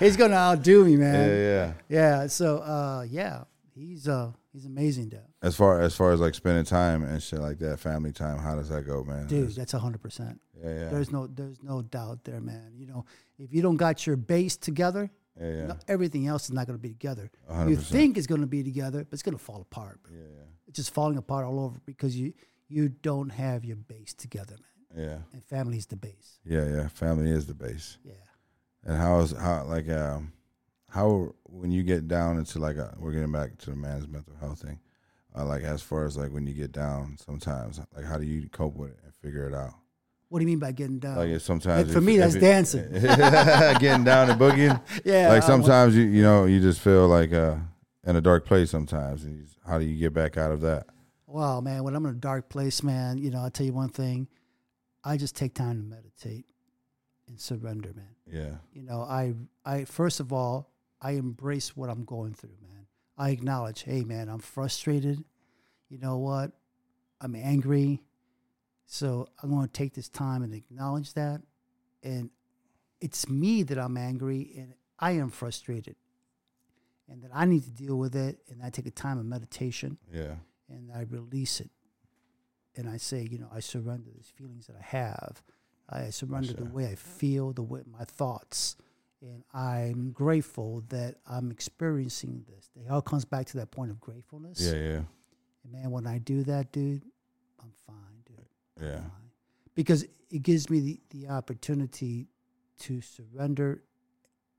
Speaker 1: he's gonna outdo me,
Speaker 2: Yeah,
Speaker 1: man.
Speaker 2: yeah.
Speaker 1: Yeah. so uh, yeah, he's uh, he's amazing, though.
Speaker 2: As far as far as like spending time and shit like that, family time, how does that go, man?
Speaker 1: Dude, that's hundred percent.
Speaker 2: yeah, yeah,
Speaker 1: There's no there's no doubt there, man. You know, if you don't got your base together,
Speaker 2: yeah, yeah,
Speaker 1: no- everything else is not gonna be together.
Speaker 2: A hundred
Speaker 1: You
Speaker 2: percent.
Speaker 1: think it's gonna be together, but it's gonna fall apart. bro.
Speaker 2: yeah,
Speaker 1: It's just falling apart all over because you you don't have your base together, man.
Speaker 2: yeah,
Speaker 1: And family's the base.
Speaker 2: yeah, yeah. Family is the base.
Speaker 1: Yeah.
Speaker 2: And how is how like um how when you get down into like a, we're getting back to the man's mental health thing, uh, like as far as like when you get down, sometimes like how do you cope with it and figure it out?
Speaker 1: What do you mean by getting down?
Speaker 2: Like if sometimes
Speaker 1: And Uh, for
Speaker 2: if-
Speaker 1: me,
Speaker 2: if
Speaker 1: that's
Speaker 2: it-
Speaker 1: dancing.
Speaker 2: getting down and boogieing.
Speaker 1: yeah.
Speaker 2: like
Speaker 1: I-
Speaker 2: sometimes you you know you just feel like uh in a dark place sometimes. And you just, how do you get back out of that?
Speaker 1: Wow, man, when I'm in a dark place, man, you know, I'll tell you one thing. I just take time to meditate and surrender, man.
Speaker 2: Yeah.
Speaker 1: You know, I I first of all, I embrace what I'm going through, man. I acknowledge, hey man, I'm frustrated. You know what? I'm angry. So I'm gonna take this time and acknowledge that. And it's me that I'm angry and I am frustrated. And that I need to deal with it and I take a time of meditation
Speaker 2: Yeah.
Speaker 1: and I release it. And I say, you know, I surrender these feelings that I have. I surrender the
Speaker 2: sir.
Speaker 1: way I feel, the way my thoughts. And I'm grateful that I'm experiencing this. It all comes back to that point of gratefulness.
Speaker 2: Yeah, yeah,
Speaker 1: And man, when I do that, dude, I'm fine, dude. I'm
Speaker 2: yeah,
Speaker 1: fine. Because it gives me the, the opportunity to surrender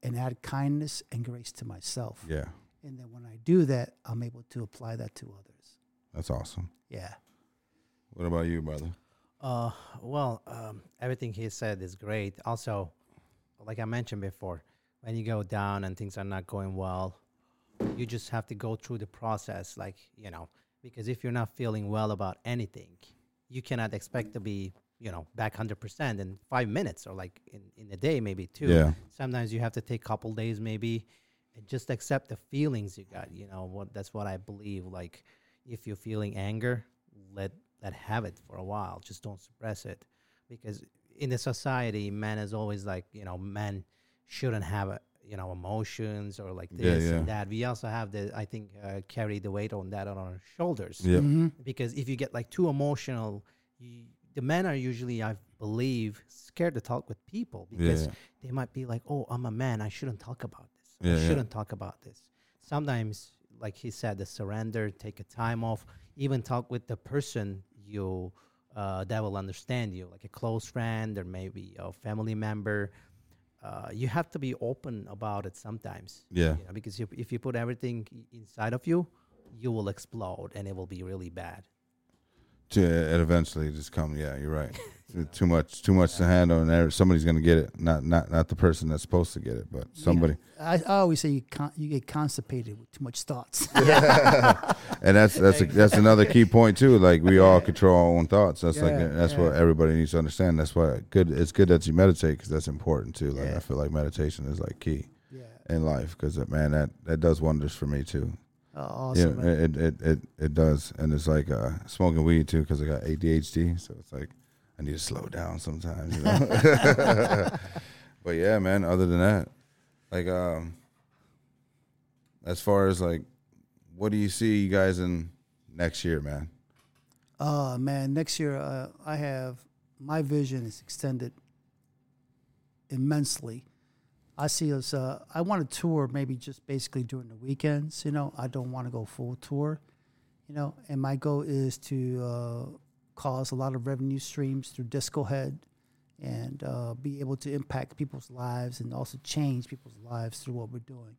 Speaker 1: and add kindness and grace to myself.
Speaker 2: yeah.
Speaker 1: And then when I do that, I'm able to apply that to others.
Speaker 2: That's awesome.
Speaker 1: Yeah.
Speaker 2: What about you, brother?
Speaker 3: Uh, well, um, everything he said is great. Also, like I mentioned before, when you go down and things are not going well, you just have to go through the process, like, you know, because if you're not feeling well about anything, you cannot expect to be, you know, back 100% in five minutes or like in, in a day, maybe two.
Speaker 2: Yeah.
Speaker 3: Sometimes you have to take couple days, maybe, and just accept the feelings you got. You know, what that's what I believe. Like, if you're feeling anger, let let have it for a while. Just don't suppress it, because in the society, man is always like, you know, men shouldn't have a, you know emotions or like
Speaker 2: Yeah,
Speaker 3: this
Speaker 2: yeah.
Speaker 3: and that. We also have the, I think, uh, carry the weight on that on our shoulders
Speaker 2: Yeah,
Speaker 1: Mm-hmm.
Speaker 2: Mm-hmm.
Speaker 3: because if you get like too emotional, you, the men are usually, I believe, scared to talk with people because
Speaker 2: Yeah.
Speaker 3: they might be like, "Oh, I'm a man. I shouldn't talk about this.
Speaker 2: Yeah,
Speaker 3: I
Speaker 2: yeah.
Speaker 3: shouldn't talk about this." Sometimes, like he said, the surrender, take a time off, even talk with the person you uh, that will understand you, like a close friend or maybe a family member. Uh, you have to be open about it sometimes
Speaker 2: yeah,
Speaker 3: you know, because if, if you put everything i- inside of you, you will explode and it will be really bad.
Speaker 2: To- and eventually just come. Yeah, you're right. It's too much, too much to handle, and there- somebody's gonna get it. Not, not, not the person that's supposed to get it, but somebody.
Speaker 1: I, I always say you con- you get constipated with too much thoughts.
Speaker 2: And that's that's a, that's another key point too. Like we all control our own thoughts. That's
Speaker 1: Yeah,
Speaker 2: like that's what everybody needs to understand. That's why good. It's good that you meditate because that's important too. Like
Speaker 1: Yeah.
Speaker 2: I feel like meditation is like key
Speaker 1: yeah.
Speaker 2: in life because man, that that does wonders for me too.
Speaker 1: Oh, awesome.
Speaker 2: yeah,
Speaker 1: man.
Speaker 2: it, it it it does, and it's like uh, smoking weed too because I got ADHD, so it's like I need to slow down sometimes. You know? but yeah, man. Other than that, like um, as far as like, what do you see you guys in next year, man?
Speaker 1: Oh man, next year uh, I have my vision is extended immensely. I see us. Uh, I want to tour maybe just basically during the weekends. You know, I don't want to go full tour. You know, and my goal is to uh, cause a lot of revenue streams through Disco Head, and uh, be able to impact people's lives and also change people's lives through what we're doing.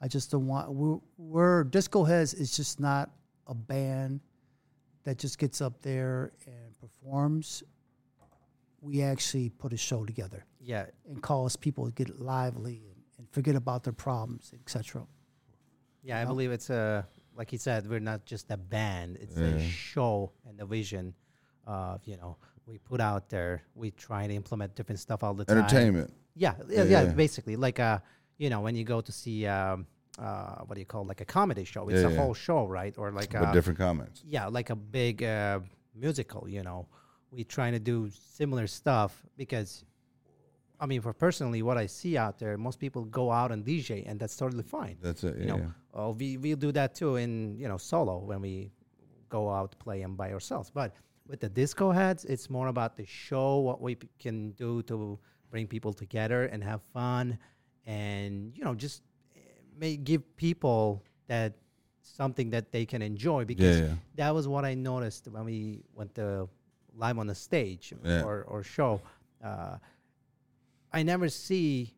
Speaker 1: I just don't want we're, we're Disco Heads is just not a band that just gets up there and performs, we actually put a show together
Speaker 3: Yeah,
Speaker 1: and cause people to get lively and, and forget about their problems, etc.
Speaker 3: yeah. I
Speaker 1: No.
Speaker 3: believe it's a like he said. We're not just a band. It's a
Speaker 2: Yeah.
Speaker 3: show and a vision. Of you know, we put out there. We try to implement different stuff all the time.
Speaker 2: Entertainment.
Speaker 3: Yeah, yeah,
Speaker 2: Yeah,
Speaker 3: yeah,
Speaker 2: yeah.
Speaker 3: basically, like uh, you know, when you go to see um, uh, what do you call it? like a comedy show? It's
Speaker 2: Yeah,
Speaker 3: a
Speaker 2: yeah.
Speaker 3: whole show, right? Or like
Speaker 2: But
Speaker 3: a
Speaker 2: different comments.
Speaker 3: yeah, like a big uh, musical. You know, we trying to do similar stuff because, I mean, for personally, what I see out there, most people go out and DJ, and that's totally fine.
Speaker 2: That's it. Yeah.
Speaker 3: you know,
Speaker 2: yeah.
Speaker 3: oh, we we do that too in you know solo when we go out play and by ourselves. But with the disco heads, it's more about the show, what we p- can do to bring people together and have fun, and you know just eh, may give people that something that they can enjoy because
Speaker 2: yeah.
Speaker 3: that was what I noticed when we went to live on the stage
Speaker 2: Yeah.
Speaker 3: or, or show. Uh, I never see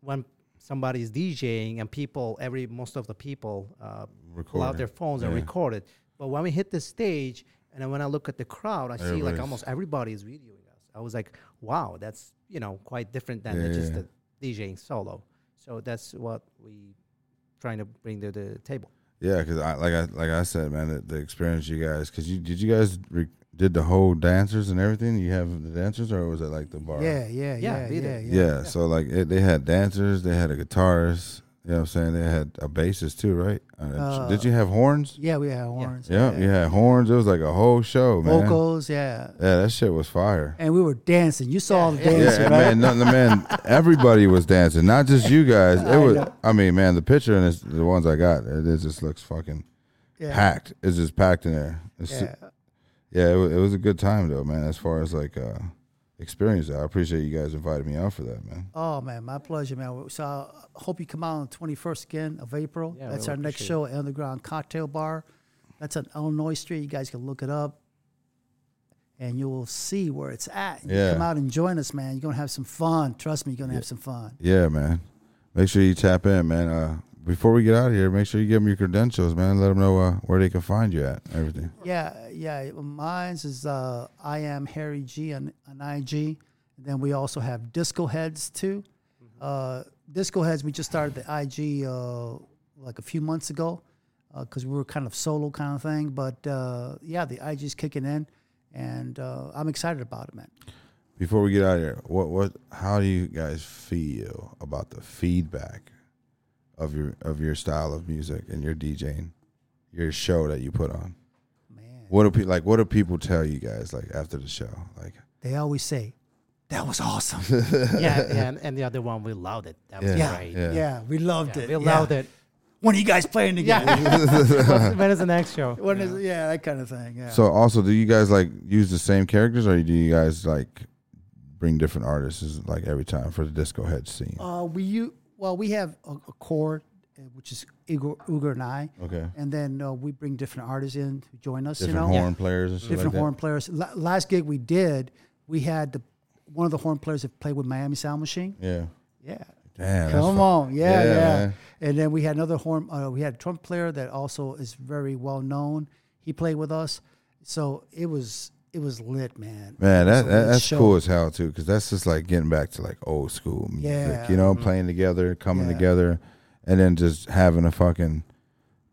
Speaker 3: when somebody's DJing and people, every most of the people, uh, pull out
Speaker 2: Record.
Speaker 3: their phones and
Speaker 2: Yeah.
Speaker 3: record it. But when we hit the stage, and then when I look at the crowd, I see like
Speaker 2: Everybody's-
Speaker 3: almost everybody is videoing us. I was like, wow, that's you know quite different than the-
Speaker 2: Yeah,
Speaker 3: just
Speaker 2: yeah,
Speaker 3: the DJing solo. So that's what we trying to bring to the table.
Speaker 2: Yeah, because I like I like I said, man, the, the experience you guys. Because you did you guys re- did the whole dancers and everything. You have the dancers, or was it like the bar?
Speaker 1: Yeah, yeah, yeah, yeah,
Speaker 3: they
Speaker 1: yeah,
Speaker 3: did.
Speaker 2: yeah. So like it, they had dancers, they had a guitarist. You know what I'm saying? They had a bassist too, right? Uh, did you have horns?
Speaker 1: Yeah, we had horns,
Speaker 2: Yeah, you had horns. It was like a whole show, man.
Speaker 1: vocals, yeah,
Speaker 2: Yeah, that shit was fire.
Speaker 1: and we were dancing. You saw the
Speaker 2: Yeah,
Speaker 1: dancing,
Speaker 2: and
Speaker 1: right?
Speaker 2: man, no, no, man, everybody was dancing, not just you guys. It was,
Speaker 1: know.
Speaker 2: I mean, man, the picture and it's, the ones I got, it, it just looks fucking
Speaker 1: Yeah,
Speaker 2: packed. It's just packed in there. It's,
Speaker 1: yeah.
Speaker 2: Yeah, it, wa- it was a good time though, man. As far as like uh, experience, I appreciate you guys invited me out for that, man.
Speaker 1: Oh man, my pleasure, man. So I hope you come out on the twenty first again of April.
Speaker 3: Yeah,
Speaker 1: That's our
Speaker 3: really
Speaker 1: next
Speaker 3: appreciate
Speaker 1: show at Underground Cocktail Bar. That's on Illinois Street. You guys can look it up, and you will see where it's at. You
Speaker 2: Yeah.
Speaker 1: come out and join us, man. You're gonna have some fun. Trust me, you're gonna have some fun.
Speaker 2: Yeah, man. Make sure you tap in, man. Uh, before we get out of here, make sure you give them your credentials, man. Let them know uh, where they can find you at. and Everything.
Speaker 1: Yeah, yeah. Mine's is uh, I am Harry G on, on IG. And then we also have Disco Heads too. Uh, Disco Heads, we just started the IG uh, like a few months ago because we were kind of solo kind of thing. But uh, yeah, the IG is kicking in, and uh, I'm excited about it, man.
Speaker 2: Before we get out of here, what what? How do you guys feel about the feedback of your of your style of music and your DJing, your show that you put on?
Speaker 1: Man,
Speaker 2: What do people like? What do people tell you guys like after the show? Like,
Speaker 1: they always say that was awesome.
Speaker 3: yeah, yeah, and, and the other one we loved it. That was
Speaker 1: yeah,
Speaker 3: great.
Speaker 1: yeah, we loved it.
Speaker 3: we
Speaker 1: yeah.
Speaker 3: loved it.
Speaker 1: When are you guys playing again?
Speaker 3: Yeah. when is the next show?
Speaker 1: When is yeah, that kind of thing. Yeah.
Speaker 2: So also, do you guys like use the same characters, or do you guys like bring different artists is, like every time for the disco head scene?
Speaker 1: Uh, we you well, we have a, a core, uh, which is Igor, Ugar and I,
Speaker 2: Okay,
Speaker 1: and then uh, we bring different artists in to join us.
Speaker 2: different
Speaker 1: you know,
Speaker 2: horn players and shit
Speaker 1: different
Speaker 2: like
Speaker 1: horn players. La- last gig we did, we had the one of the horn players that played with Miami Sound Machine.
Speaker 2: that. Yeah,
Speaker 1: Yeah,
Speaker 2: damn. that's
Speaker 1: come
Speaker 2: fu-
Speaker 1: on, yeah,
Speaker 2: Yeah,
Speaker 1: yeah.
Speaker 2: man.
Speaker 1: And then we had another horn. Uh, we had a trumpet player that also is very well known. He played with us, so it was it was lit, man.
Speaker 2: Man,
Speaker 1: It was
Speaker 2: that,
Speaker 1: a
Speaker 2: that
Speaker 1: lit
Speaker 2: that's
Speaker 1: show.
Speaker 2: cool as hell too, because that's just like getting back to like old school music.
Speaker 1: Yeah.
Speaker 2: You know,
Speaker 3: Mhm.
Speaker 2: playing together, coming
Speaker 1: Yeah.
Speaker 2: together, and then just having a fucking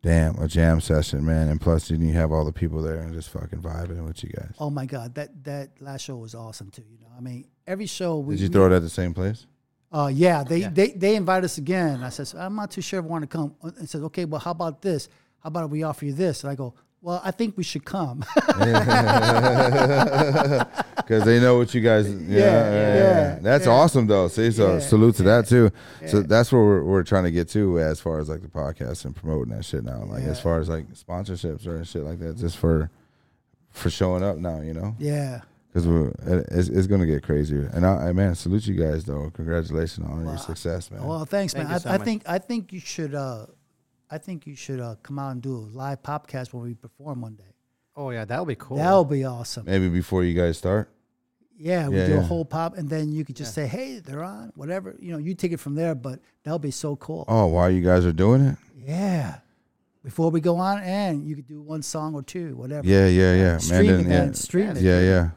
Speaker 2: damn a jam session, man. And plus, then you have all the people there and just fucking vibing with you guys.
Speaker 1: Oh my god, that that last show was awesome too. You know, I mean, every show we.
Speaker 2: Did you
Speaker 1: we-
Speaker 2: throw it at the same place?
Speaker 1: Uh, yeah, they,
Speaker 3: Yeah.
Speaker 1: they they invited us again. I says, I'm not too sure if I want to come. Uh, And says, okay, well, how about this? How about we offer you this? And I go, well, I think we should come.
Speaker 2: Because they know what you guys. Yeah, yeah,
Speaker 1: yeah, yeah,
Speaker 2: That's awesome though. See, so
Speaker 1: Yeah,
Speaker 2: salute to that too. So that's where we're, we're trying to get to as far as like the podcast and promoting that shit now. Like as
Speaker 1: Yeah.
Speaker 2: far as like sponsorships or shit like that, just for for showing up now. You know,
Speaker 1: yeah,
Speaker 2: because it's, it's gonna get crazier. And I, I man, salute you guys though. Congratulations on your success, man.
Speaker 1: Well, thanks,
Speaker 3: Thank
Speaker 1: man.
Speaker 3: you
Speaker 1: I,
Speaker 3: so
Speaker 1: I
Speaker 3: much.
Speaker 1: think I think you should uh, I think you should uh, come out and do a live podcast when we perform one day.
Speaker 3: Oh yeah, that'll be cool.
Speaker 1: That'll be awesome.
Speaker 2: Maybe before you guys start.
Speaker 1: Yeah, we
Speaker 2: Yeah,
Speaker 1: do a
Speaker 2: yeah.
Speaker 1: whole pop, and then you could just say, "Hey, they're on," whatever. You know, you take it from there. But that'll be so cool.
Speaker 2: Oh, while you guys are doing it.
Speaker 1: Yeah. Before we go on, and you could do one song or two, whatever.
Speaker 2: Yeah, yeah, yeah, man.
Speaker 1: Stream
Speaker 2: then-
Speaker 1: it,
Speaker 2: yeah.
Speaker 1: man. Stream it.
Speaker 2: Yeah, yeah.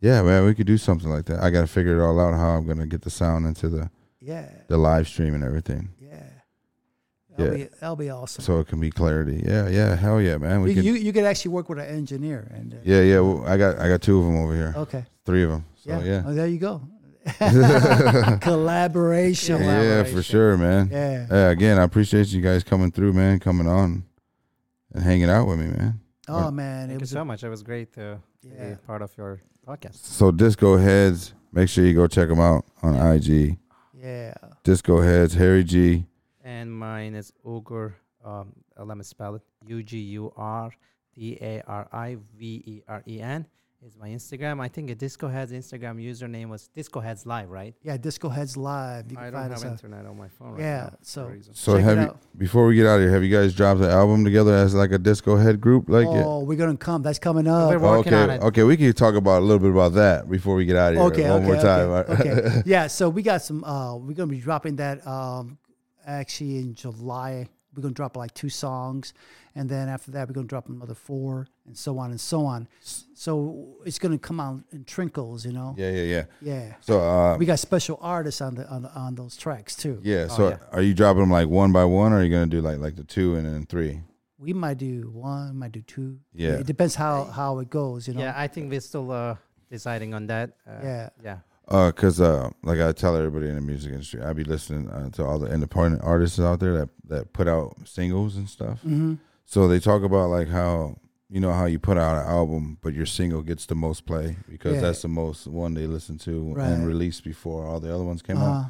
Speaker 2: Yeah, man, we could do something like that. I gotta figure it all out how I'm gonna get the sound into the,
Speaker 1: Yeah.
Speaker 2: the live stream and everything.
Speaker 1: Yeah. That'll,
Speaker 2: Yeah.
Speaker 1: Be, that'll be awesome.
Speaker 2: So it can be clarity. Yeah, yeah, hell yeah, man. We
Speaker 1: you,
Speaker 2: could,
Speaker 1: you, you could actually work with an engineer. and uh,
Speaker 2: Yeah, yeah. Well, I got I got two of them over here.
Speaker 1: Okay.
Speaker 2: Three of them. So
Speaker 1: Oh. Yeah.
Speaker 2: yeah.
Speaker 1: Oh, there you go.
Speaker 2: Yeah,
Speaker 1: Collaboration.
Speaker 3: Yeah.
Speaker 2: for sure, man. Yeah.
Speaker 1: Yeah.
Speaker 2: again, I appreciate you guys coming through, man, coming on and hanging out with me, man.
Speaker 1: Oh, man.
Speaker 3: Thank
Speaker 1: It
Speaker 3: you
Speaker 1: was
Speaker 3: so
Speaker 1: a,
Speaker 3: much. It was great to
Speaker 1: Yeah.
Speaker 3: be part of your podcast.
Speaker 2: So Disco Heads, make sure you go check them out on IG.
Speaker 1: yeah.
Speaker 2: Disco Heads, Harry G.
Speaker 3: And mine is Ugur. Um, uh, let me spell it. U G U R D A R I V E R E N is my Instagram. I think a Disco Heads Instagram username was Disco Heads Live, right?
Speaker 1: Yeah. Disco Heads Live. You can
Speaker 3: I
Speaker 1: find
Speaker 3: don't have
Speaker 1: us out.
Speaker 3: internet on my phone right
Speaker 1: Yeah,
Speaker 3: now. for
Speaker 1: so-
Speaker 3: some reason.
Speaker 2: So
Speaker 1: Check it
Speaker 2: have you,
Speaker 1: out.
Speaker 2: before we get out of here, have you guys dropped an album together as like a disco head group? Like it?
Speaker 1: Oh, we're going to come. That's coming up.
Speaker 3: We're working
Speaker 2: okay,
Speaker 3: on it.
Speaker 2: okay, we can talk about a little bit about that before we get out of here.
Speaker 1: Okay,
Speaker 2: one
Speaker 1: okay,
Speaker 2: more time.
Speaker 1: Okay, okay. yeah, so we got some. Uh, we're gonna be dropping that um, actually in July. We're gonna drop like two songs, and then after that, we're gonna drop another four, and so on and so on. So it's gonna come out in trinkles, you know.
Speaker 2: Yeah, yeah, yeah.
Speaker 1: Yeah.
Speaker 2: So, uh,
Speaker 1: We Oh, got special artists on the on the, on those tracks too.
Speaker 2: yeah. So,
Speaker 3: yeah.
Speaker 2: are you dropping them like one by one, or are you gonna do like like the two and then three?
Speaker 1: We might do one, might do two.
Speaker 2: Yeah.
Speaker 1: It depends how how it goes, you know.
Speaker 3: Yeah, I think we're still uh, deciding on that. Uh,
Speaker 1: Yeah.
Speaker 3: Yeah.
Speaker 2: Uh, cause uh, like I tell everybody in the music industry, I be listening uh, to all the independent artists out there that that put out singles and stuff.
Speaker 1: Mhm.
Speaker 2: So they talk about like how you know how you put out an album, but your single gets the most play because
Speaker 1: Yeah.
Speaker 2: that's the most one they listen to
Speaker 1: Right.
Speaker 2: and released before all the other ones came out.
Speaker 1: Uh-huh.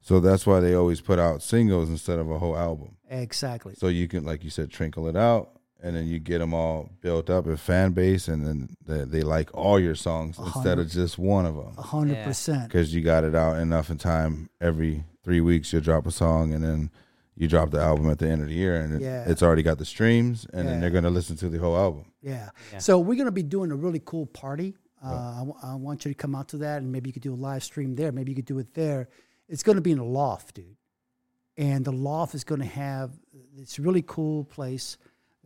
Speaker 2: So that's why they always put out singles instead of a whole album.
Speaker 1: Exactly.
Speaker 2: So you can, like you said, trinkle it out, and then you get them all built up a fan base, and then they, they like all your songs
Speaker 1: A
Speaker 2: instead of just one of
Speaker 1: A
Speaker 2: them
Speaker 1: hundred
Speaker 3: Yeah.
Speaker 1: percent.
Speaker 2: because you got it out enough in time. Every three weeks, you drop a song, and then you drop the album at the end of the year, and it-
Speaker 1: Yeah.
Speaker 2: it's already got the streams, and
Speaker 1: Yeah.
Speaker 2: then they're gonna listen to the whole album.
Speaker 1: Yeah.
Speaker 3: Yeah.
Speaker 1: So we're going to be doing a really cool party. Uh, I, w- I want you to come out to that, and maybe you could do a live stream there. Maybe you could do it there. It's going to be in a loft, dude. And the loft is going to have this really cool place.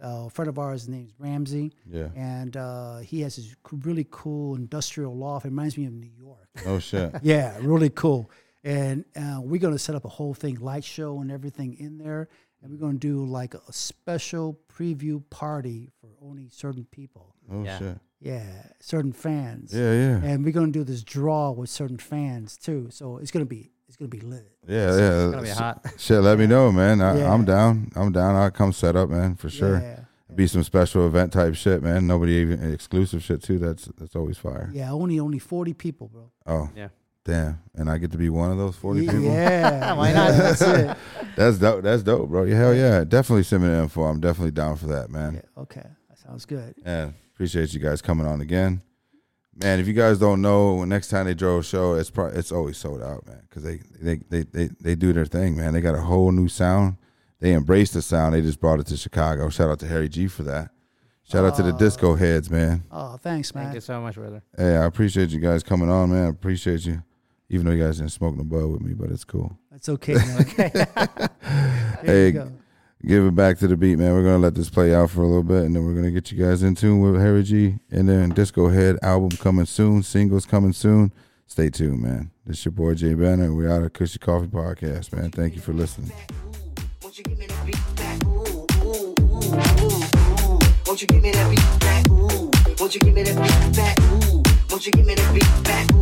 Speaker 1: Uh, a friend of ours, his name's Ramsey,
Speaker 2: Yeah.
Speaker 1: and uh, he has this c- really cool industrial loft. It reminds me of New York.
Speaker 2: Oh shit.
Speaker 1: yeah, really cool. And uh, we're going to set up a whole thing, light show and everything in there. And we're going to do like a special preview party for only certain people.
Speaker 2: Oh
Speaker 3: Yeah.
Speaker 2: shit.
Speaker 1: Yeah, certain fans.
Speaker 2: Yeah, yeah.
Speaker 1: And we're gonna do this draw with certain fans too. So it's gonna be it's gonna be lit.
Speaker 2: Yeah, yeah.
Speaker 3: It's going to be hot.
Speaker 2: Shit, let me know, man. I,
Speaker 1: Yeah.
Speaker 2: I'm down. I'm down. I'll come set up, man, for sure.
Speaker 1: Yeah.
Speaker 2: Be some special event type shit, man. Nobody even exclusive shit too. That's that's always fire.
Speaker 1: Yeah, only only forty people, bro.
Speaker 2: Oh,
Speaker 3: Yeah.
Speaker 2: damn! And I get to be one of those forty
Speaker 1: Ye-
Speaker 2: people.
Speaker 1: Yeah.
Speaker 3: Why not?
Speaker 1: That's it.
Speaker 2: That's dope. That's dope, bro. Yeah, Hell yeah! Definitely send me the info. I'm definitely down for that, man.
Speaker 1: Yeah, okay. That sounds good.
Speaker 2: Yeah, appreciate you guys coming on again. Man, if you guys don't know, when next time they draw a show, it's probably it's always sold out, man. Because they they, they they they do their thing, man. They got a whole new sound. They embrace the sound. They just brought it to Chicago. Shout out to Harry G for that. Shout out to the
Speaker 1: Aw.
Speaker 2: Disco Heads, man.
Speaker 1: Oh, thanks, man.
Speaker 3: Thank you so much, brother.
Speaker 2: Hey, I appreciate you guys coming on, man. I appreciate you. Even though you guys didn't smoke no bud with me, but it's cool.
Speaker 1: That's okay, man. there
Speaker 2: Hey,
Speaker 1: you go.
Speaker 2: give it back to the beat, man. We're gonna let this play out for a little bit, and then we're gonna get you guys in tune with Harry G. And then Disco Head album coming soon, singles coming soon. Stay tuned, man. This your boy Jay Banner. We're out of Cushy Coffee Podcast, man. Thank you for listening.
Speaker 4: Won't you give me that beat back? Ooh, ooh, ooh, ooh, ooh. Won't you give me that beat back? Ooh, won't you give me that beat back? Ooh, won't you give me that beat back?